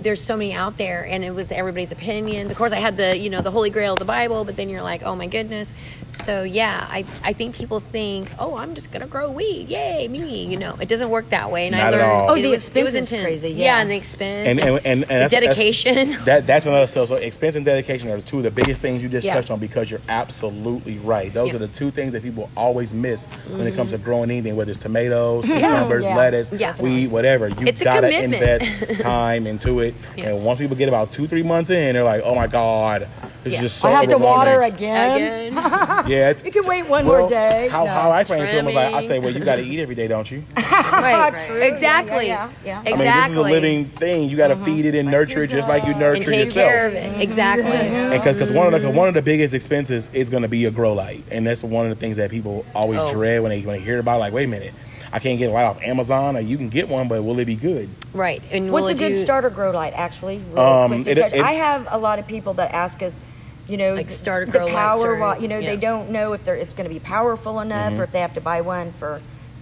S6: there's so many out there, and it was everybody's opinions. Of course, I had the you know the Holy Grail of the Bible, but then you're like, oh my goodness. So yeah, I I think people think, oh, I'm just gonna grow weed, yay me. You know, it doesn't work that way, and I
S4: Not at
S6: learned.
S4: all.
S1: Oh, the
S6: it was, it
S1: expense
S6: was
S1: is
S6: intense.
S1: crazy,
S6: Yeah.
S1: yeah.
S6: and the expense,
S4: And and, and, and that's- that's-
S6: dedication.
S4: that that's another so so expense and dedication are two of the biggest things you just
S6: Yeah.
S4: touched on because you're absolutely right. Those
S6: Yeah. Mm-hmm.
S4: are the two things that people always miss when it comes to growing anything, whether it's tomatoes, cucumbers,
S1: Yeah.
S4: lettuce,
S6: Yeah.
S4: weed, whatever. You
S6: It's a
S4: gotta
S6: commitment.
S4: invest time into it.
S6: Yeah.
S4: And once people get about two, three months in, they're like, Oh my God, this
S6: Yeah.
S4: is just so
S1: I have to
S4: overwhelming."
S1: water
S7: Um,
S1: again.
S6: Again.
S4: Yeah, it's
S1: You can wait one
S4: well,
S1: more day.
S4: How, how I explain it to them is like, I
S6: Trimming.
S4: say, well, you got to eat every day, don't you?
S6: right.
S1: True, yeah, yeah,
S6: Exactly.
S1: yeah, yeah.
S6: Exactly. Mm-hmm.
S4: I mean, this is a living thing. You got to feed it and nurture it just like you
S6: and
S4: nurture
S6: take
S4: yourself.
S6: care of it. Exactly.
S1: Mm-hmm.
S4: And because one of the one of the biggest expenses is going to be a grow light, and that's one of the things that people always
S6: Oh.
S4: dread when they when they hear about. Like, wait a minute, I can't get a light off Amazon, or you can get one, but will it be good?
S6: Right. And
S1: What's
S6: will
S1: a
S6: it
S1: good
S6: do-
S1: starter grow light, actually? Really
S4: Um,
S1: quick to
S4: it-
S1: touch.
S4: it-
S1: I have a lot of people that ask us, you know,
S6: Like
S1: th-
S6: starter
S1: the
S6: grow lights
S1: power
S6: are-
S1: wa- You know,
S6: yeah. Mm-hmm.
S1: they don't know if they're, it's going to be powerful enough, or if they have to buy one for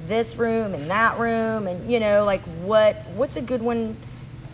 S1: this room and that room, and you know, like what what's a good one,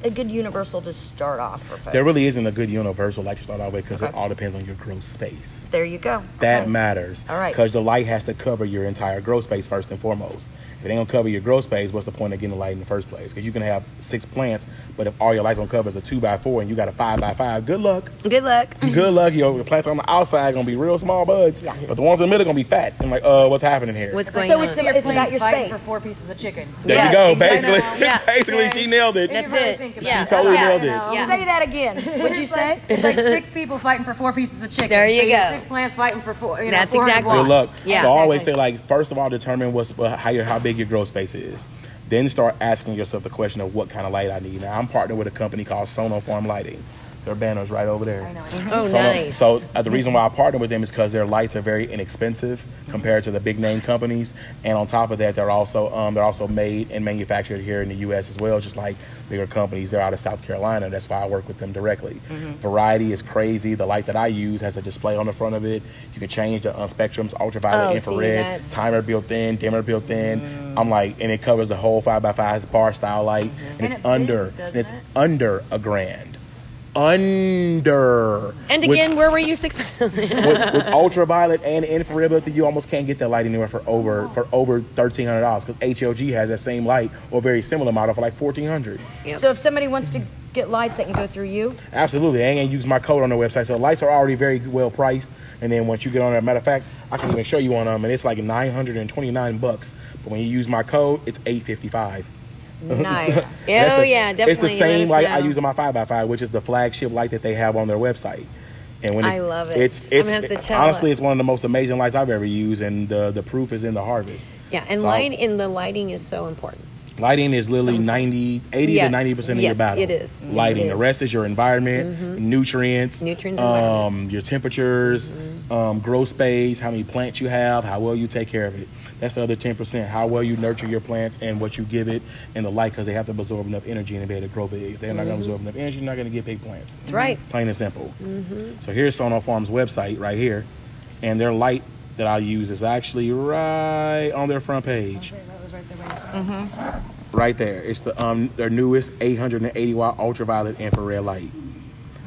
S1: a good universal to start off for folks.
S4: There really isn't a good universal light to start off with because it all depends on your grow space.
S1: There you go.
S4: That
S1: Okay.
S4: matters.
S1: All right.
S4: Because the light has to cover your entire grow space first and foremost. If it ain't gonna cover your grow space, what's the point of getting the light in the first place? Because you can have six plants, but if all your lights don't cover is a two by four and you got a five by five, good luck.
S6: Good luck.
S4: Good luck, yo. The plants on the outside gonna be real small buds,
S1: Yeah.
S4: but the ones in the middle gonna be fat. I'm like, uh, what's happening here?
S6: What's going
S1: so
S6: on?
S1: it's, a, it's about your
S5: Fight
S1: space.
S5: for four pieces of chicken.
S4: there
S6: Yeah,
S4: you go.
S6: exactly.
S4: Basically,
S6: Yeah.
S4: basically, she nailed it.
S6: That's
S5: really
S6: it.
S5: think about
S6: yeah. Oh,
S5: it.
S4: Totally
S6: yeah.
S4: nailed it.
S6: Yeah.
S1: Say that again. What'd you
S5: It's
S1: say?
S5: like- It's like six people fighting for four pieces of chicken.
S6: There you
S5: So have
S6: go.
S5: Six plants fighting for four. You know,
S6: That's
S5: 400
S6: exactly-
S5: watts.
S4: Good luck.
S6: Yeah.
S4: So I always say
S1: Exactly.
S4: like, first of all, determine what's uh, how your how big your grow space is. Then start asking yourself the question of what kind of light I need. Now I'm partnered with a company called Sonoform Lighting. Their banner's right over there.
S5: I know.
S6: Oh,
S4: So,
S6: nice.
S4: so uh, the reason why I partner with them is because their lights are very inexpensive compared to the big name companies, and on top of that, they're also um, they're also made and manufactured here in the U.S. as well, just like bigger companies. They're out of South Carolina. That's why I work with them directly.
S6: Mm-hmm.
S4: Variety is crazy. The light that I use has a display on the front of it. You can change the uh, spectrums, ultraviolet,
S6: Oh, see,
S4: infrared,
S6: that's- Mm.
S4: timer built in, dimmer built in. I'm like, and it covers the whole five by five bar style light,
S6: Mm-hmm.
S4: and,
S5: And
S4: it's
S5: it
S4: under
S5: bends,
S4: and
S5: doesn't
S4: it's
S5: it?
S4: under a grand. Under
S6: And
S4: With-
S6: again, where were you six?
S4: with, with ultraviolet and infrared, but you almost can't get that light anywhere for over for over thirteen hundred dollars because HLG has that same light or very similar model for like fourteen hundred.
S6: Yep.
S1: So if somebody wants to get lights, they can go through you.
S4: Absolutely, and use my code on their website. So the lights are already very well priced, and then once you get on there, matter of fact, I can even show um, you on them, and it's like nine hundred and twenty nine bucks. But when you use my code, it's eight fifty five.
S6: Nice.
S4: That's
S6: oh
S4: a-
S6: yeah, definitely.
S4: It's the
S6: let
S4: same
S6: us
S4: light I
S6: know.
S4: use in my five x five, which is the flagship light that they have on their website. And when
S6: I love it.
S4: It's,
S6: I'm
S4: it's
S6: gonna have to tell
S4: honestly,
S6: it.
S4: it's one of the most amazing lights I've ever used, and the the proof is in the harvest.
S6: Yeah, and
S4: So-
S6: light and the lighting is so important.
S4: Lighting is literally 90, 80
S6: Yeah.
S4: to ninety percent of
S6: Yes,
S4: your battle.
S6: it is. Yes,
S4: lighting.
S6: it
S4: The
S6: is. Mm-hmm.
S4: rest is your environment, nutrients,
S6: Nutrients and Mm-hmm.
S4: um, your temperatures, um, growth space, how many plants you have, how well you take care of it. That's the other ten percent. How well you nurture your plants and what you give it, and the light, because they have to absorb enough energy and be able to grow big. If they're not going to absorb enough energy, you're not going to get big plants.
S6: Mm-hmm. That's right. Mm-hmm.
S4: Plain and simple. So here's Sono Farms website right here, and their light that I use is actually right on their front page
S6: Mm-hmm.
S4: right there. It's the um their newest 880 watt ultraviolet infrared light.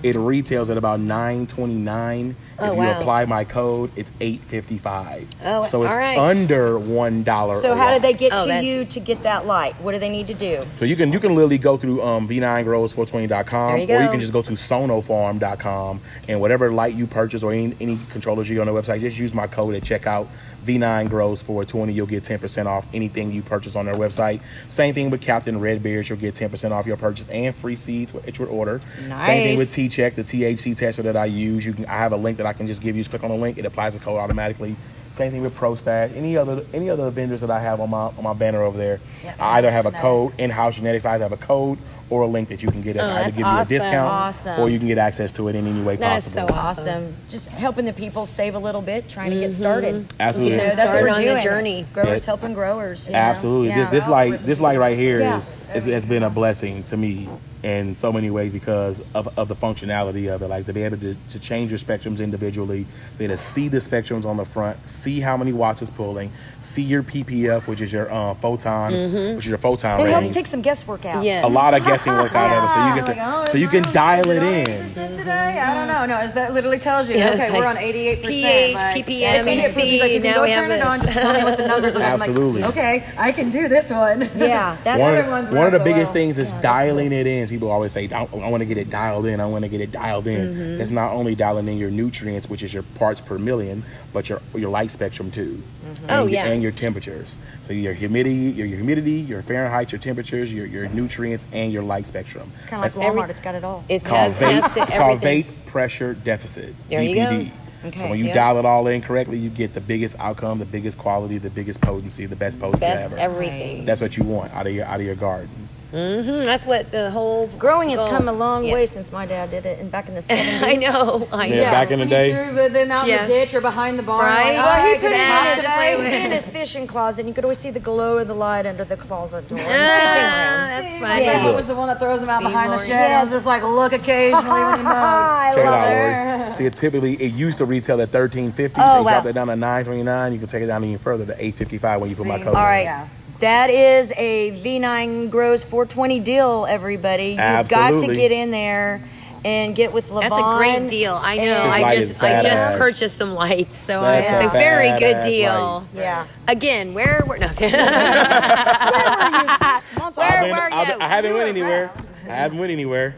S4: It retails at about 929.
S6: Oh,
S4: if you
S6: wow.
S4: apply my code, it's 855.
S6: Oh,
S4: so it's
S6: all right.
S4: under one dollar.
S1: So how did they get
S6: Oh,
S1: to
S6: that's-
S1: you to get that light? What do they need to do?
S4: So you can you can literally go through um, v9grows420.com
S6: There
S4: or
S6: you
S4: you
S6: go.
S4: can just go to sonofarm.com and whatever light you purchase or any, any controllers you get on the website, just use my code at checkout v9grows420. You'll get 10% off anything you purchase on their website. Same thing with Captain Redbeards. You'll get 10% off your purchase and free seeds with each order. Same thing with
S5: Nice.
S4: T-Check, the THC tester that I use. You can I have a link that I can just give you. Just click on the link. It applies the code automatically. Same thing with ProStash. Any other any other vendors that I have on my on my banner over there. I either have a code in-house genetics. I either have a code or a link that you can get. It
S6: Oh,
S4: either
S6: that's
S4: give you a discount
S1: awesome.
S4: or you can get access to it in any way
S6: That is
S4: possible.
S6: so
S1: Awesome. Just helping the people save a little bit, trying to get started.
S4: Mm-hmm. Absolutely.
S1: You know,
S6: Get
S1: that's what
S6: started
S1: we're
S6: on
S1: doing.
S6: the journey.
S1: Growers
S4: Yeah.
S1: helping growers. you know?
S4: Absolutely.
S6: Yeah.
S4: This, this light, this light right here
S1: Yeah.
S4: is, is has been a blessing to me in so many ways because of, of the functionality of it. Like to be able to, to change your spectrums individually, be able to see the spectrums on the front, see how many watts it's pulling, see your PPF, which is your uh, photon, which is your photon
S1: Mm-hmm. It helps
S4: ratings.
S1: take some guesswork out.
S6: Yes.
S4: a lot of guessing work out of it, so you get
S5: Yeah, like,
S4: to,
S5: oh,
S4: so you
S5: is
S4: can
S5: my
S4: dial it
S5: oxygen
S4: in.
S5: 80% Today, I don't know. No, it's- that literally tells you.
S6: Yeah, it's
S5: okay, we're
S6: like
S5: on 88%.
S6: pH,
S5: like,
S6: ppm,
S5: it's 88%, like, if you
S6: now
S5: go
S6: we have
S5: turn it on,
S6: this.
S5: just tell me what the numbers are. I'm like,
S4: Absolutely.
S5: okay, I can do this one.
S1: Yeah, that's
S4: one,
S5: other ones
S4: of, one of the
S5: were so
S4: biggest
S5: low.
S4: things is dialing it in. People always say, I, want to get it dialed in. I want to get it dialed in. It's not only dialing in your nutrients, which is your parts per million, but your your light spectrum too. And,
S6: Oh,
S4: your-
S6: yeah.
S4: And your temperatures. So your humidity, your, your humidity, your Fahrenheit, your temperatures, your, your nutrients, and your light spectrum.
S1: It's kind of like Walmart. It's got it all.
S6: It has,
S4: called vape.
S6: has to
S4: it's called
S6: everything.
S4: vape pressure deficit.
S6: There you go.
S4: VPD. so
S1: Okay,
S4: when you
S6: yeah.
S4: dial it all in correctly, you get the biggest outcome, the biggest quality, the biggest potency, the best potency
S6: Best
S4: ever.
S6: everything.
S4: That's what you want out of your out of your garden.
S6: Mhm, That's what the whole
S1: Growing has
S6: goal-
S1: come a long way
S6: Yes.
S1: since my dad did it, and back in the seventies.
S6: I know. Oh, I
S4: Yeah,
S6: know.
S4: back in the day.
S5: Through, but then out
S6: Yeah.
S5: in the ditch or behind the barn.
S6: Right?
S5: Like,
S1: Well,
S5: oh,
S1: he put
S5: I
S1: it
S5: can
S6: Yeah.
S1: in his,
S5: have
S1: he
S5: today.
S1: put it in his fishing closet, and you could always see the glow of the light under the closet door. in the
S6: Ah,
S1: fishing ring.
S6: that's
S5: My
S6: funny.
S4: Yeah.
S5: grandma was the one that throws them out
S6: See,
S5: behind
S6: Lori.
S5: the shed. I was just like, look occasionally when you mow.
S1: I
S4: Check it
S1: love
S4: out,
S1: it.
S4: Lori. See, it typically it used to retail at thirteen fifty.
S1: Oh,
S4: they
S1: wow.
S4: dropped it down to nine twenty nine. You can take it down even further to eight fifty five when you put my
S5: See?
S4: code. in.
S1: All right.
S5: Yeah.
S1: That is a V9 Grows 420 deal, everybody. You've got to
S4: Absolutely.
S1: get in there and get with Levon.
S6: That's a great deal. I know.
S1: and-
S6: I
S4: Light
S6: just
S4: is
S6: I just
S4: badass.
S6: purchased some lights, so
S4: That's
S6: it's
S4: a
S6: a very good
S4: badass
S6: deal.
S1: Yeah.
S6: Again, where were no?
S4: I've
S6: where
S4: been-
S6: were
S4: I've-
S6: you?
S4: I haven't went anywhere. I haven't went anywhere.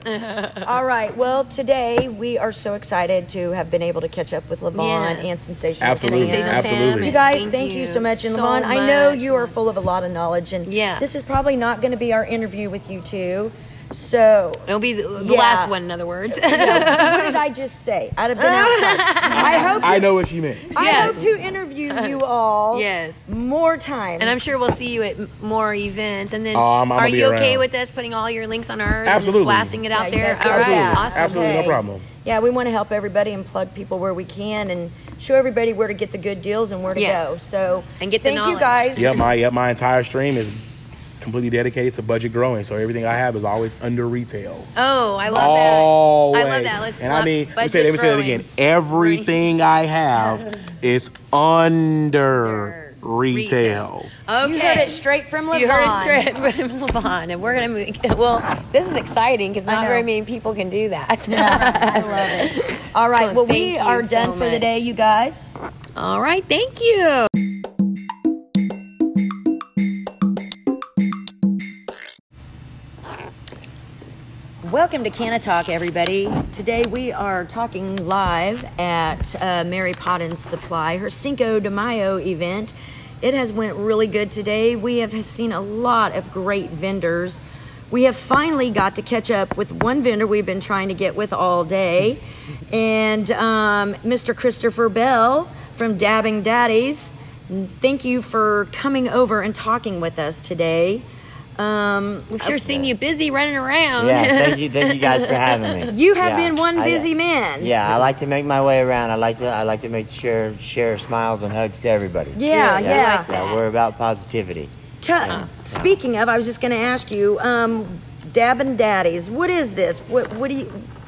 S1: All right. Well, today we are so excited to have been able to catch up with Levon
S6: Yes.
S1: and Sensational.
S4: Absolutely.
S1: Sam.
S6: Sensational Sam,
S4: Absolutely.
S1: You
S6: and
S1: guys, thank, you, so much. And
S6: so
S1: Levon, I know
S6: much.
S1: you are full of a lot of knowledge, and
S6: Yes.
S1: this is probably not going to be our interview with you two. So,
S6: It'll be the, the
S1: Yeah.
S6: last one, in other words.
S1: what did I just say? I'd have been outside. I hope to,
S4: I know what you meant.
S1: I hope
S6: Yes.
S1: to interview you all
S6: yes.
S1: more times.
S6: And I'm sure we'll see you at m- more events. And then,
S7: Um,
S4: Oh, I'm- I'ma
S6: are
S4: be
S6: you okay
S4: around.
S6: with us putting all your links on ours?
S4: Absolutely.
S6: And just blasting it
S1: Yeah,
S6: out
S1: you
S6: there.
S1: guys do
S6: All right.
S1: that. Yeah.
S6: Awesome.
S4: Absolutely, no
S1: Okay.
S4: problem.
S1: Yeah, we want to help everybody and plug people where we can and show everybody where to get the good deals and where to
S6: Yes.
S1: go. So
S6: And get the
S1: thank you
S6: knowledge.
S1: guys.
S4: Yep, my yep, my entire stream is completely dedicated to budget growing. So everything I have is always under retail.
S6: Oh, I love
S4: Always.
S6: I love that. Let's
S4: and I
S6: walk-
S4: mean, let me say,
S6: budget
S4: let me say that
S6: growing.
S4: again. Everything I have is under
S6: Under
S4: retail.
S6: that. Okay.
S1: You heard it straight from LeBron.
S6: You heard it straight from Levon, and we're gonna move. Well, this is exciting because not
S1: know.
S6: very many people can do that.
S1: I love it. All right.
S6: Well,
S1: Well, we
S6: thank you
S1: are
S6: so
S1: done for the
S6: much.
S1: day, you guys.
S6: All right, thank you.
S1: Welcome to Canna Talk, everybody. Today we are talking live at uh, Mary Pottins Supply, her Cinco de Mayo event It has went really good today. We have seen a lot of great vendors. We have finally got to catch up with one vendor we've been trying to get with all day, and um, Mr. Christopher Bell from Dabbing Daddies. Thank you for coming over and talking with us today. Um,
S6: We've sure seen you busy running around.
S7: Yeah, thank you, thank you guys for having me.
S1: you have
S7: Yeah,
S1: been one
S7: I-
S1: busy man.
S7: Yeah, I like to make my way around. I like to I like to make sure share smiles and hugs to everybody.
S1: Yeah,
S6: Yeah,
S1: yeah.
S6: like that.
S7: we're about positivity.
S1: Tu- Speaking of, I was just going to ask you, um, Dab and Daddies. What is this? What what do you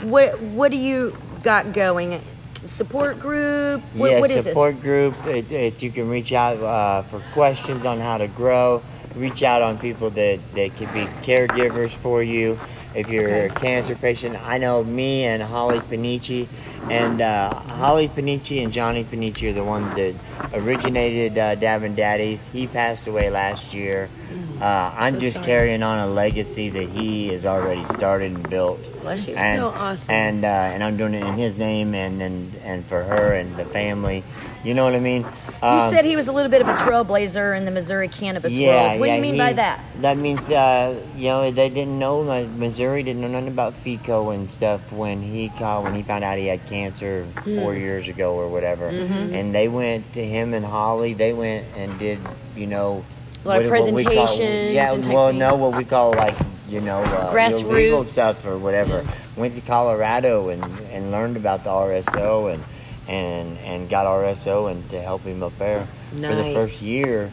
S1: what what do you got going? Support group? What,
S7: yeah,
S1: what is
S7: support group. It, it, you can reach out uh, for questions on how to grow. Reach out on people that, that could be caregivers for you. If you're a cancer patient, I know me and Holly Panici, and uh, Holly Panici and Johnny Panici are the ones that originated uh, Davin Daddies. He passed away last year.
S1: Mm.
S7: Uh, I'm
S6: So
S7: just
S6: sorry.
S7: carrying on a legacy that he has already started and built.
S1: Bless you.
S7: And,
S6: So awesome.
S7: And uh, and I'm doing it in his name and and, and for her and the family. You know what I mean?
S1: this?
S7: Um,
S1: you said he was a little bit of a trailblazer in the Missouri cannabis world. What do you mean by
S7: he-
S1: that?
S7: That means, uh, you know, they didn't know, like, Missouri didn't know nothing about FICO and stuff when he called, when he found out he had cancer four
S1: Hmm.
S7: years ago or whatever.
S1: Mm-hmm.
S7: And they went to him and Holly, they went and did, you know,
S6: Like
S7: what- what we call-
S6: presentations
S7: yeah,
S6: and type
S7: well,
S6: thing.
S7: no, what we call, like, you know, uh, illegal
S6: Grassroots.
S7: stuff or whatever.
S1: Mm-hmm.
S7: Went to Colorado and, and learned about the RSO and, and, and got RSO and to help him up there for the
S6: Nice.
S7: first year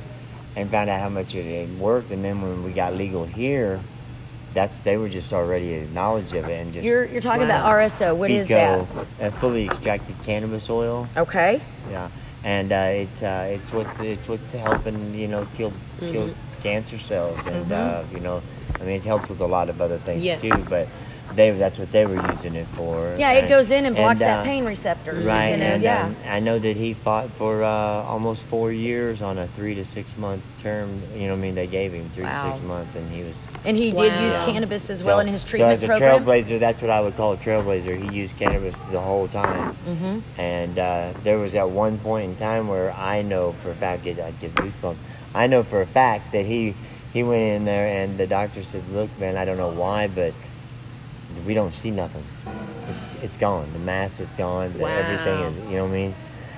S7: and found out how much it had worked. And then when we got legal here, that's they were just already acknowledged of it and just
S1: You're you're talking
S6: Wow.
S1: about RSO. What is that?
S7: that? fully extracted cannabis oil.
S1: Okay.
S7: Yeah, and uh, it's uh, it's what's it's what's helping you know kill kill
S1: Mm-hmm.
S7: cancer cells and uh, you know I mean it helps with a lot of other things
S6: Yes.
S7: too, but. They, that's what they were using it for.
S1: Yeah, it
S7: and-
S1: goes in and blocks that
S7: uh,
S1: pain receptors.
S7: Right,
S1: You know?
S7: and
S1: yeah.
S7: um, I know that he fought for uh, almost four years on a three to six month term. You know, what I mean, they gave him three
S1: Wow.
S7: to six months, and he was
S1: and he did use
S6: Wow.
S1: cannabis as well
S7: so-
S1: in his
S7: so
S1: treatment
S7: as a
S1: program.
S7: trailblazer, that's what I would call a trailblazer. He used cannabis the whole time, mm-hmm. and uh, there was at one point in time where I know for a fact that I get goosebumps. I know for a fact that he he went in there, and the doctor said, "Look, man, I don't know why, but we don't see nothing. It's, it's gone. The mass is gone. The, Everything
S6: Wow.
S7: is. You know what I mean?"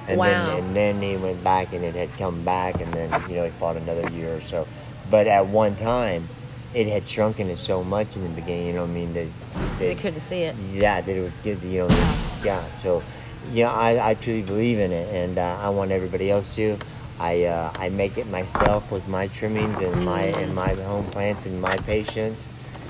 S7: And
S6: Wow.
S7: then and then he went back, and it had come back, and then you know he fought another year or so. But at one time, it had shrunken it so much in the beginning. You know what I mean? That, that
S1: they couldn't see it.
S7: yeah, that it was good. You know, yeah. So, you know, I, I truly believe in it, and uh, I want everybody else to. I uh, I make it myself with my trimmings and my and my home plants and my patients.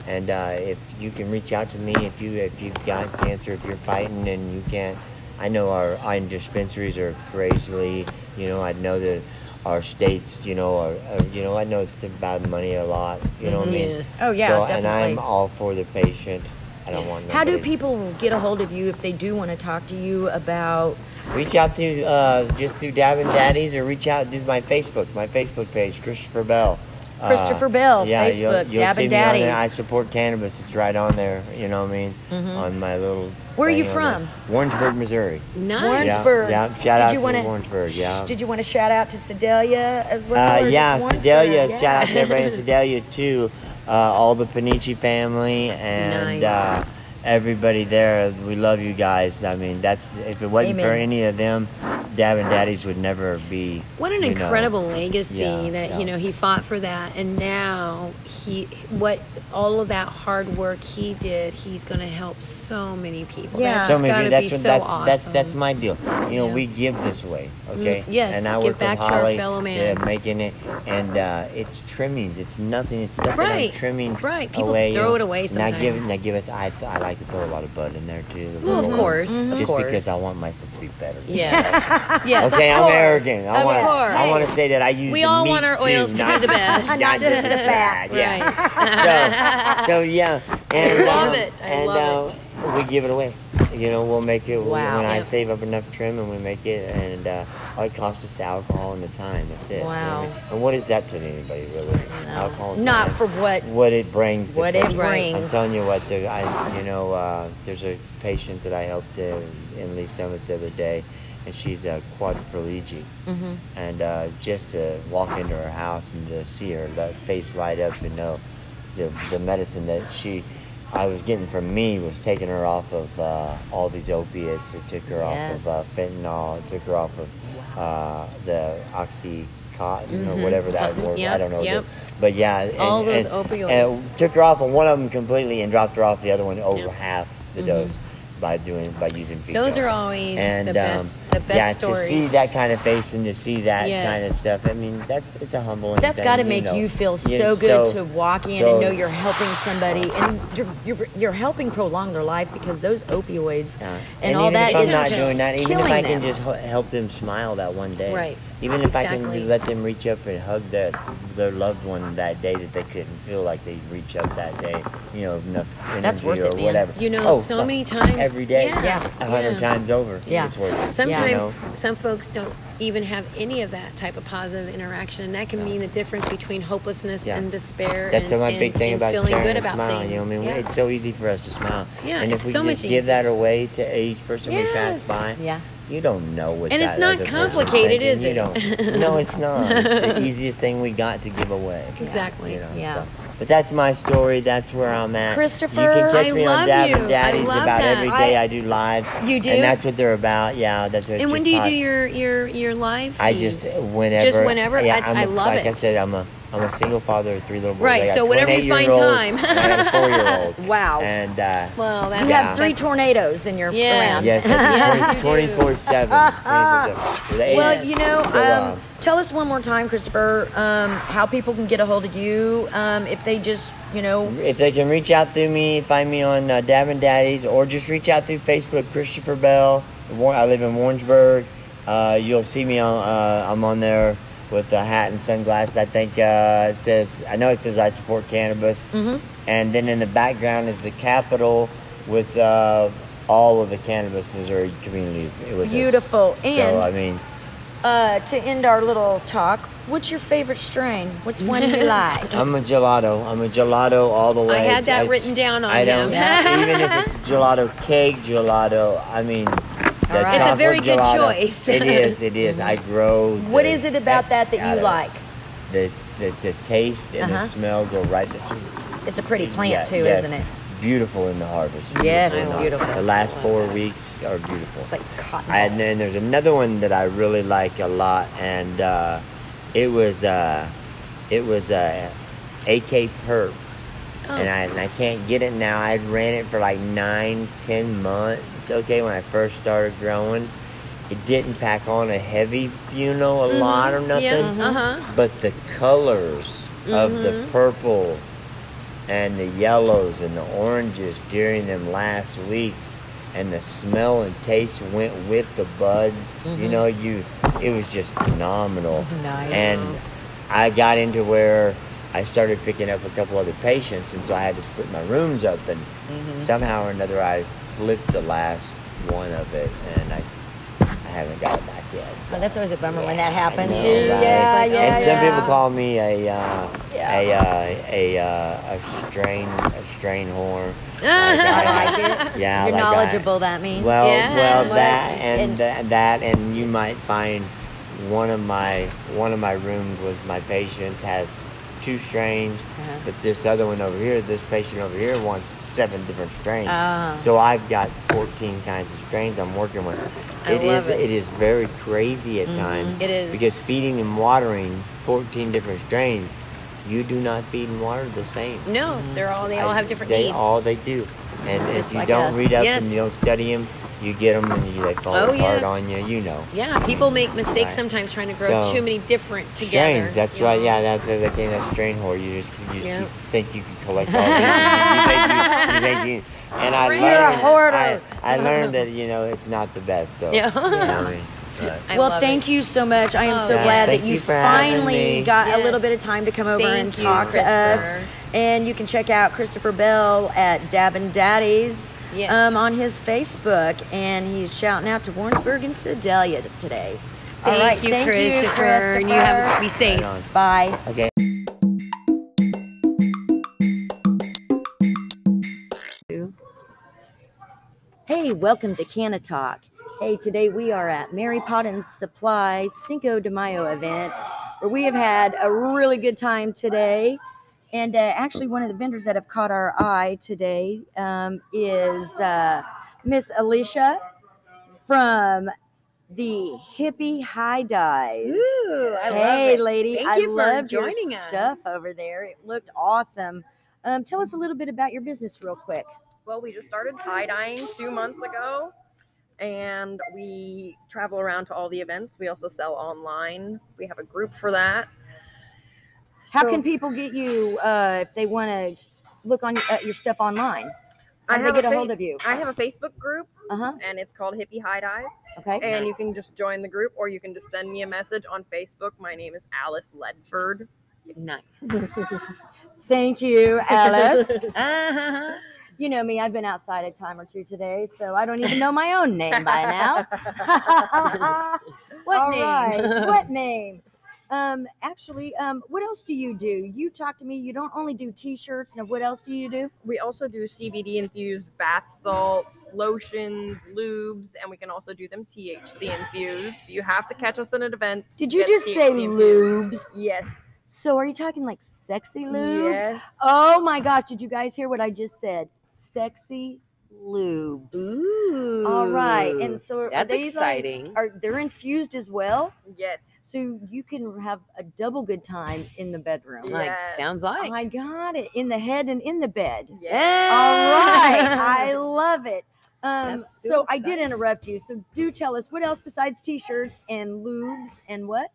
S7: And uh, if you can reach out to me, if you if you've got cancer, if you're fighting and you can't, I know our, our dispensaries are crazily. You know, I know that our states. You know, are, are you know, I know it's about money a lot. You know what I mean?
S6: Yes.
S1: Oh yeah,
S7: so,
S1: definitely.
S7: and I'm all for the patient. I don't want.
S1: How do
S7: nobody-
S1: people get a hold of you if they do want to talk to you about?
S7: reach out through uh, just through Dabbing Daddies or reach out through my Facebook, my Facebook page, Christopher Bell. Uh,
S1: Christopher Bell,
S7: yeah,
S1: Facebook,
S7: you'll, you'll
S1: Dabbing
S7: see me on there.
S1: Daddies.
S7: I support cannabis. It's right on there. You know what I mean? On my little.
S1: Mm-hmm. Where are you
S7: thing on there. Warrensburg, Missouri.
S6: Nice.
S7: Yeah,
S1: Warrensburg.
S7: yeah. Shout
S1: Did
S7: out
S1: you
S7: to
S1: wanna-
S7: Warrensburg, yeah.
S1: Did you want to shout out to Sedalia as well?
S7: Uh,
S1: or just
S7: yeah,
S1: Warrensburg?
S7: Sedalia.
S1: Yeah.
S7: Shout out to everybody in Sedalia too. Uh, all the Panici family and
S6: Nice.
S7: uh, everybody there. We love you guys. I mean, that's if it wasn't for
S1: Amen.
S7: any of them, Dab and Daddies would never be.
S6: What an
S7: you know.
S6: incredible legacy
S7: Yeah,
S6: that
S7: yeah.
S6: you know he fought for that, and now he what all of that hard work he did, he's going to help so many people.
S1: Yeah.
S6: that's
S7: So many.
S6: gotta
S7: That's
S6: be
S7: what-
S6: so
S7: that's,
S6: awesome.
S7: that's that's my deal. You know,
S6: Yeah. Mm,
S7: we give this way, okay?
S6: yes,
S7: And I
S6: give
S7: work with
S6: back to our
S7: Holly,
S6: fellow man.
S7: Yeah, making it, and uh, it's trimmings. It's nothing. It's stuff that I'm
S6: Right,
S7: trimming
S6: right. People
S7: away.
S6: throw
S7: you know.
S6: it away
S7: And I give it.
S6: sometimes.
S7: And I give it. I, I like to throw a lot of bud in there too. the
S6: Well, of
S7: little
S6: course,
S7: ones,
S6: of
S7: Just
S6: course.
S7: because I want myself to be better.
S6: Yes. yes.
S7: Okay,
S6: of
S7: I'm
S6: course.
S7: arrogant. I
S6: of
S7: want.
S6: course.
S7: I want to say that I use.
S6: we
S7: the
S6: all
S7: meat
S6: want our
S7: too,
S6: oils to
S7: not-
S6: be the best.
S7: Not just the fat. Yeah. So, so yeah. And,
S6: love
S7: um,
S6: it. I
S7: and,
S6: love
S7: uh, We give it away. You know, we'll make it.
S1: Wow.
S7: When I
S6: Yeah.
S7: save up enough trim and we make it, and uh, all it costs us the alcohol and the time. That's it. You know what I
S1: Wow.
S7: mean? And what is that to anybody, really? Alcohol and
S1: Not
S7: time.
S1: for what?
S7: What it brings. the
S1: What it
S7: person. I'm
S1: brings.
S7: telling you what, there, I, you know, uh, there's a patient that I helped uh, in Lee Summit the other day, and she's a quadriplegic.
S1: Mm-hmm.
S7: And uh, just to walk into her house and to see her that face light up and know the, the medicine that she I was getting from me was taking her off of uh, all these opiates. It took her
S6: Yes.
S7: off of uh, fentanyl. It took her off of uh, the oxycotton
S1: Mm-hmm.
S7: or whatever that
S6: Cotton,
S7: word. I
S6: yep,
S7: don't know. the-
S6: yep.
S7: But yeah, and-
S6: All those
S7: and- and
S6: opioids.
S7: took her off of one of them completely and dropped her off the other one over
S6: Yep.
S7: half the dose by doing by using. Fico
S6: Mm-hmm. Those are always the best. The best
S7: um, yeah,
S6: stories.
S7: to see that kind of face and to see that kind of
S6: Yes.
S7: stuff. I mean, that's it's a humbling.
S6: That's
S7: thing,
S6: got to
S7: you
S6: make
S7: know.
S6: you feel
S7: You-
S6: so good
S7: so-
S6: to walk in
S7: so-
S6: and know you're helping somebody and you're, you're you're helping prolong their life because those opioids
S7: Yeah.
S6: and, all
S7: even
S6: that
S7: if I'm
S6: is
S7: not
S6: just
S7: doing that, even if I
S6: killing
S7: can
S6: them.
S7: just h- help them smile that one day,
S6: Right.
S7: Even if I
S6: Exactly.
S7: can let them reach up and hug their their loved one that day that they couldn't feel like they reach up that day, you know, enough energy
S6: That's worth
S7: or
S6: it, man.
S7: whatever.
S6: You know,
S7: Oh,
S6: so
S7: fuck.
S6: many times-
S7: every day,
S6: Yeah. Yeah.
S7: a hundred
S6: Yeah.
S7: times over,
S6: Yeah.
S7: it's worth it. you know?
S6: Sometimes some folks don't even have any of that type of positive interaction, and that can mean the difference between hopelessness
S7: Yeah.
S6: and despair.
S7: That's
S6: and,
S7: my
S6: and-
S7: big thing
S6: and
S7: about
S6: feeling
S7: sharing
S6: good
S7: and
S6: about
S7: smile.
S6: things.
S7: You know, what I mean,
S6: yeah.
S7: it's so easy for us to smile.
S6: Yeah,
S7: and if
S6: it's
S7: we
S6: so
S7: can just
S6: much
S7: give that
S6: easier.
S7: away to each person we pass
S6: Yes.
S7: by,
S6: Yeah.
S7: you don't know what.
S6: And
S7: that
S6: it's not
S7: other person's
S6: complicated, is
S7: thinking. You
S6: it?
S7: don't. No, it's not. it's the easiest thing we got to give away.
S6: Exactly.
S7: You know,
S6: Yeah.
S7: so. But that's my story. That's where I'm at.
S6: Christopher,
S7: you can catch
S6: I
S7: me
S6: love
S7: on Dab
S6: you. I
S7: and Daddies
S6: love
S7: about
S6: that.
S7: every day I, do lives.
S6: You do?
S7: and that's what they're about. Yeah, that's what.
S6: And
S7: it's
S6: when
S7: just
S6: do you
S7: pod-
S6: do your your your live?
S7: I just uh,
S6: feeds?
S7: whenever.
S6: Just whenever.
S7: Yeah,
S6: That's-
S7: I'm
S6: I
S7: a-
S6: love
S7: like
S6: it.
S7: I said, I'm a I'm a single father of three little boys.
S6: Right,
S7: I got
S6: so whenever you find
S7: 28-year-old
S6: time.
S7: and a four year old.
S1: Wow.
S7: And uh,
S6: well, that's
S1: You
S7: Yeah.
S1: have three tornadoes in your
S6: Yes.
S1: round.
S7: yes,
S6: Yes, you do.
S7: 24 7.
S1: Well,
S6: Yes.
S1: you know,
S7: So, uh,
S1: um,
S7: um,
S1: tell us one more time, Christopher, um, how people can get a hold of you um, if they just, you know,
S7: if they can reach out through me, find me on uh, Dab and Daddies, or just reach out through Facebook, Christopher Bell. War- I live in Warrensburg. Uh, you'll see me on. Uh, I'm on there with a hat and sunglasses. I think uh, it says. I know it says I support cannabis.
S1: Mm-hmm.
S7: And then in the background is the Capitol with uh, all of the cannabis Missouri communities. With us.
S1: beautiful. And
S7: So I mean,
S1: uh, to end our little talk, what's your favorite strain? What's one you like?
S7: I'm a gelato. I'm a gelato all the way.
S6: I had that
S7: I-
S6: written down on
S7: I don't
S6: him.
S7: even if it's gelato cake, gelato. I mean, the
S5: right. It's a
S7: chocolate
S6: very good
S7: gelato,
S6: choice.
S7: it is. It is. I grow.
S1: What
S7: the
S1: is it about that
S7: heck
S1: that
S7: out
S1: you
S7: of it.
S1: like?
S7: The, the the taste and
S1: Uh-huh.
S7: the smell go right. To,
S1: It's a pretty plant
S7: Yeah,
S1: too,
S7: yes.
S1: isn't it?
S7: Beautiful in the harvest.
S1: Yes,
S7: in
S1: it's
S7: the-
S1: beautiful.
S7: The last four weeks are beautiful.
S1: It's like cotton.
S7: I- and
S1: balls.
S7: then there's another one that I really like a lot, and uh, it was uh, it was uh, AK Perp, and I and I can't get it now. I ran it for like nine, ten months. Okay, when I first started growing, it didn't pack on a heavy, you know, a lot or nothing.
S6: Yeah. Uh huh.
S7: But the colors of the
S1: Mm-hmm.
S7: purple and the yellows and the oranges during them last weeks and the smell and taste went with the bud. You know, you it was just phenomenal.
S1: Mm-hmm. Nice.
S7: And I got into where I started picking up a couple other patients and so I had to split my rooms up and
S1: Mm-hmm.
S7: somehow or another I flipped the last one of it and I I haven't got it back yet. so.
S1: Oh, that's always a bummer when that happens.
S7: No,
S1: too.
S7: right.
S1: Yeah, yeah,
S7: And some
S1: yeah.
S7: people call me a uh, a uh, a uh, a strain a strain whore. Like, I- yeah,
S1: You're
S7: like I-
S1: knowledgeable. that means.
S7: well,
S6: Yeah.
S7: well,
S1: Well,
S7: that
S1: and-
S7: and, tha- that and you might find one of my one of my rooms with my patients has two strains, but this other one over here, this patient over here wants seven different strains. So I've got fourteen kinds of strains I'm working with.
S6: I
S7: It is-
S6: love it.
S7: it is very crazy at times.
S6: It is.
S7: because feeding and watering fourteen different strains, you do not feed and water the same.
S6: No, they're all they all have different
S7: They
S6: needs.
S7: all they do, and
S1: Just
S7: if you
S1: like
S7: don't
S1: us.
S7: read up
S6: Yes.
S7: and you don't study them, you get them and you, they fall
S6: Oh,
S7: apart
S6: yes.
S7: on you. You know.
S6: yeah, people make mistakes
S7: Right.
S6: sometimes trying to grow
S7: So,
S6: too many different together.
S7: Strains. That's
S6: you
S7: right.
S6: know?
S7: Yeah, that's the that thing. That strain whore. You just, you just
S6: Yeah.
S7: you think you can collect all. these. you, think you, you think you. And I
S6: You're a
S7: learned.
S1: hoarder.
S7: I, I learned that you know it's not the best. So
S6: Yeah.
S7: You know what I mean? But-
S6: I
S1: well,
S6: love
S1: thank
S6: it.
S1: you so much. I am
S6: Oh,
S1: so
S6: Yeah,
S1: glad
S7: thank
S1: that you,
S7: you for having
S1: finally
S7: me.
S1: got a
S6: Yes.
S1: little bit of time to come over
S6: Thank
S1: and
S6: you,
S1: talk to us.
S6: Christopher.
S1: And you can check out Christopher Bell at Dab and Daddies
S6: Yes.
S1: um, on his Facebook, and he's shouting out to Warrensburg and Sedalia today. All
S6: Thank
S1: right,
S6: you,
S1: thank
S6: Christopher.
S1: you,
S6: And you have
S1: Christopher.
S6: be safe.
S7: Right on.
S1: Bye.
S7: Okay.
S1: Hey, welcome to Canna Talk. Hey, today we are at Mary Pottins Supply Cinco de Mayo event where we have had a really good time today. And uh, actually, one of the vendors that have caught our eye today um, is uh, Miss Alicia from the Hippie High Dives.
S8: Ooh, I
S1: hey,
S8: love it.
S1: lady,
S8: Thank
S1: I
S8: you for
S1: loved
S8: joining
S1: your
S8: us.
S1: stuff over there. It looked awesome. Um, tell us a little bit about your business, real quick.
S3: Well, we just started tie dyeing two months ago, and we travel around to all the events. We also sell online. We have a group for that.
S1: How
S3: So
S1: can people get you uh, if they want to look on at your stuff online? How
S3: I
S1: do
S3: have
S1: they get
S3: a
S1: a
S3: fa-
S1: hold of you?
S3: I have a Facebook group,
S1: Uh huh.
S3: and it's called Hippie Hide Eyes,
S1: Okay.
S3: and you can just join the group, or you can just send me a message on Facebook. My name is Alice Ledford.
S8: Nice.
S1: Thank you, Alice.
S8: Uh-huh.
S1: you know me, I've been outside a time or two today, so I don't even know my own name by now.
S8: What
S1: All
S8: name?
S1: right, What name? Um, actually, um, what else do you do? You talk to me. You don't only do T-shirts. Now, what else do you do?
S3: We also do CBD infused bath salts, lotions, lubes, and we can also do them THC infused. You have to catch us at an event. to
S1: Did you
S3: get
S1: just say
S3: THC infused.
S1: lubes?
S3: Yes.
S1: So, are you talking like sexy lubes?
S3: Yes.
S1: Oh my gosh! Did you guys hear what I just said? Sexy lubes.
S6: Ooh.
S1: All right, and so are
S6: that's
S1: these, like-
S6: exciting.
S1: are they're infused as well?
S3: Yes.
S1: So you can have a double good time in the bedroom.
S6: Like,
S3: Yes.
S6: sounds like.
S1: I got it in the head and in the bed.
S3: Yes.
S1: All right, I love it. Um,
S6: That's so
S1: so I did interrupt you. So do tell us what else besides t-shirts and lubes and what?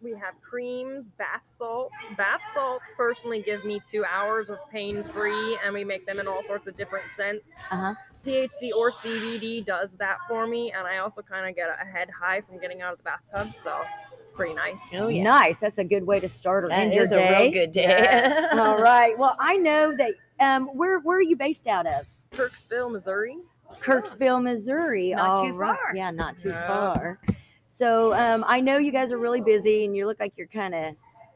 S3: We have creams, bath salts. Bath salts personally give me two hours of pain free, and we make them in all sorts of different scents.
S1: Uh-huh.
S3: THC or CBD does that for me, and I also kind of get a head high from getting out of the bathtub, so it's pretty nice.
S6: Oh yeah.
S1: Nice. That's a good way to start or end
S6: That
S1: your
S6: is
S1: day.
S6: a real good day.
S3: Yes.
S1: All right. Well, I know that. Um, where where are you based out of?
S3: Kirksville, Missouri.
S1: Kirksville, Missouri.
S8: Oh. Not too
S1: All right.
S8: far.
S1: Yeah, not too
S3: No.
S1: far. So um, I know you guys are really busy and you look like you're kind of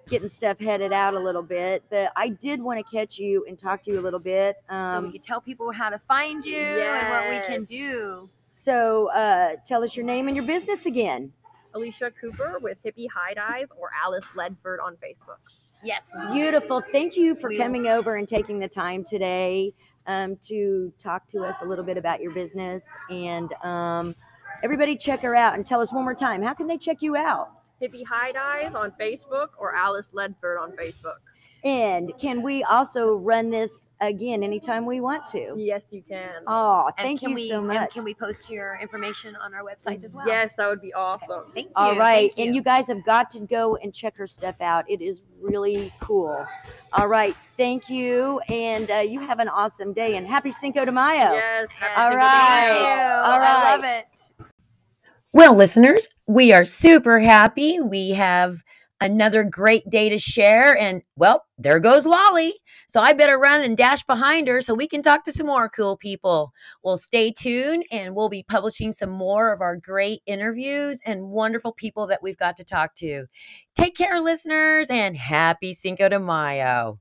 S1: getting stuff headed out a little bit, but I did want to catch you and talk to you a little bit.
S8: so we
S1: Um,
S8: can tell people how to find you and what we can
S3: Yes.
S8: do.
S1: so uh, tell us your name and your business again.
S3: Alicia Cooper with Hippie Hide Eyes or Alice Ledford on Facebook.
S8: Yes.
S1: Beautiful. Thank you for
S8: We-
S1: coming over and taking the time today um, to talk to us a little bit about your business. And um, everybody, check her out and tell us one more time how can they check you out?
S3: Hippie Hide Eyes on Facebook or Alice Ledford on Facebook.
S1: And can we also run this again anytime we want to?
S3: Yes, you can.
S1: Oh,
S8: And
S1: thank
S8: can
S1: you
S8: we,
S1: so
S8: and
S1: much.
S8: Can we post your information on our websites as well?
S3: Yes, that would be awesome.
S8: Thank you.
S1: All right.
S8: thank
S1: And you guys have got to go and check her stuff out. It is really cool. All right. Thank you. And uh, you have an awesome day and happy Cinco de Mayo.
S3: Yes. happy
S1: All
S3: Cinco de
S1: right.
S3: Mayo.
S8: All
S1: All
S8: right. I love
S1: right.
S8: it.
S2: Well, listeners, we are super happy. We have another great day to share. And well, there goes Lolly. So I better run and dash behind her so we can talk to some more cool people. Well, stay tuned and we'll be publishing some more of our great interviews and wonderful people that we've got to talk to. Take care, listeners, and happy Cinco de Mayo.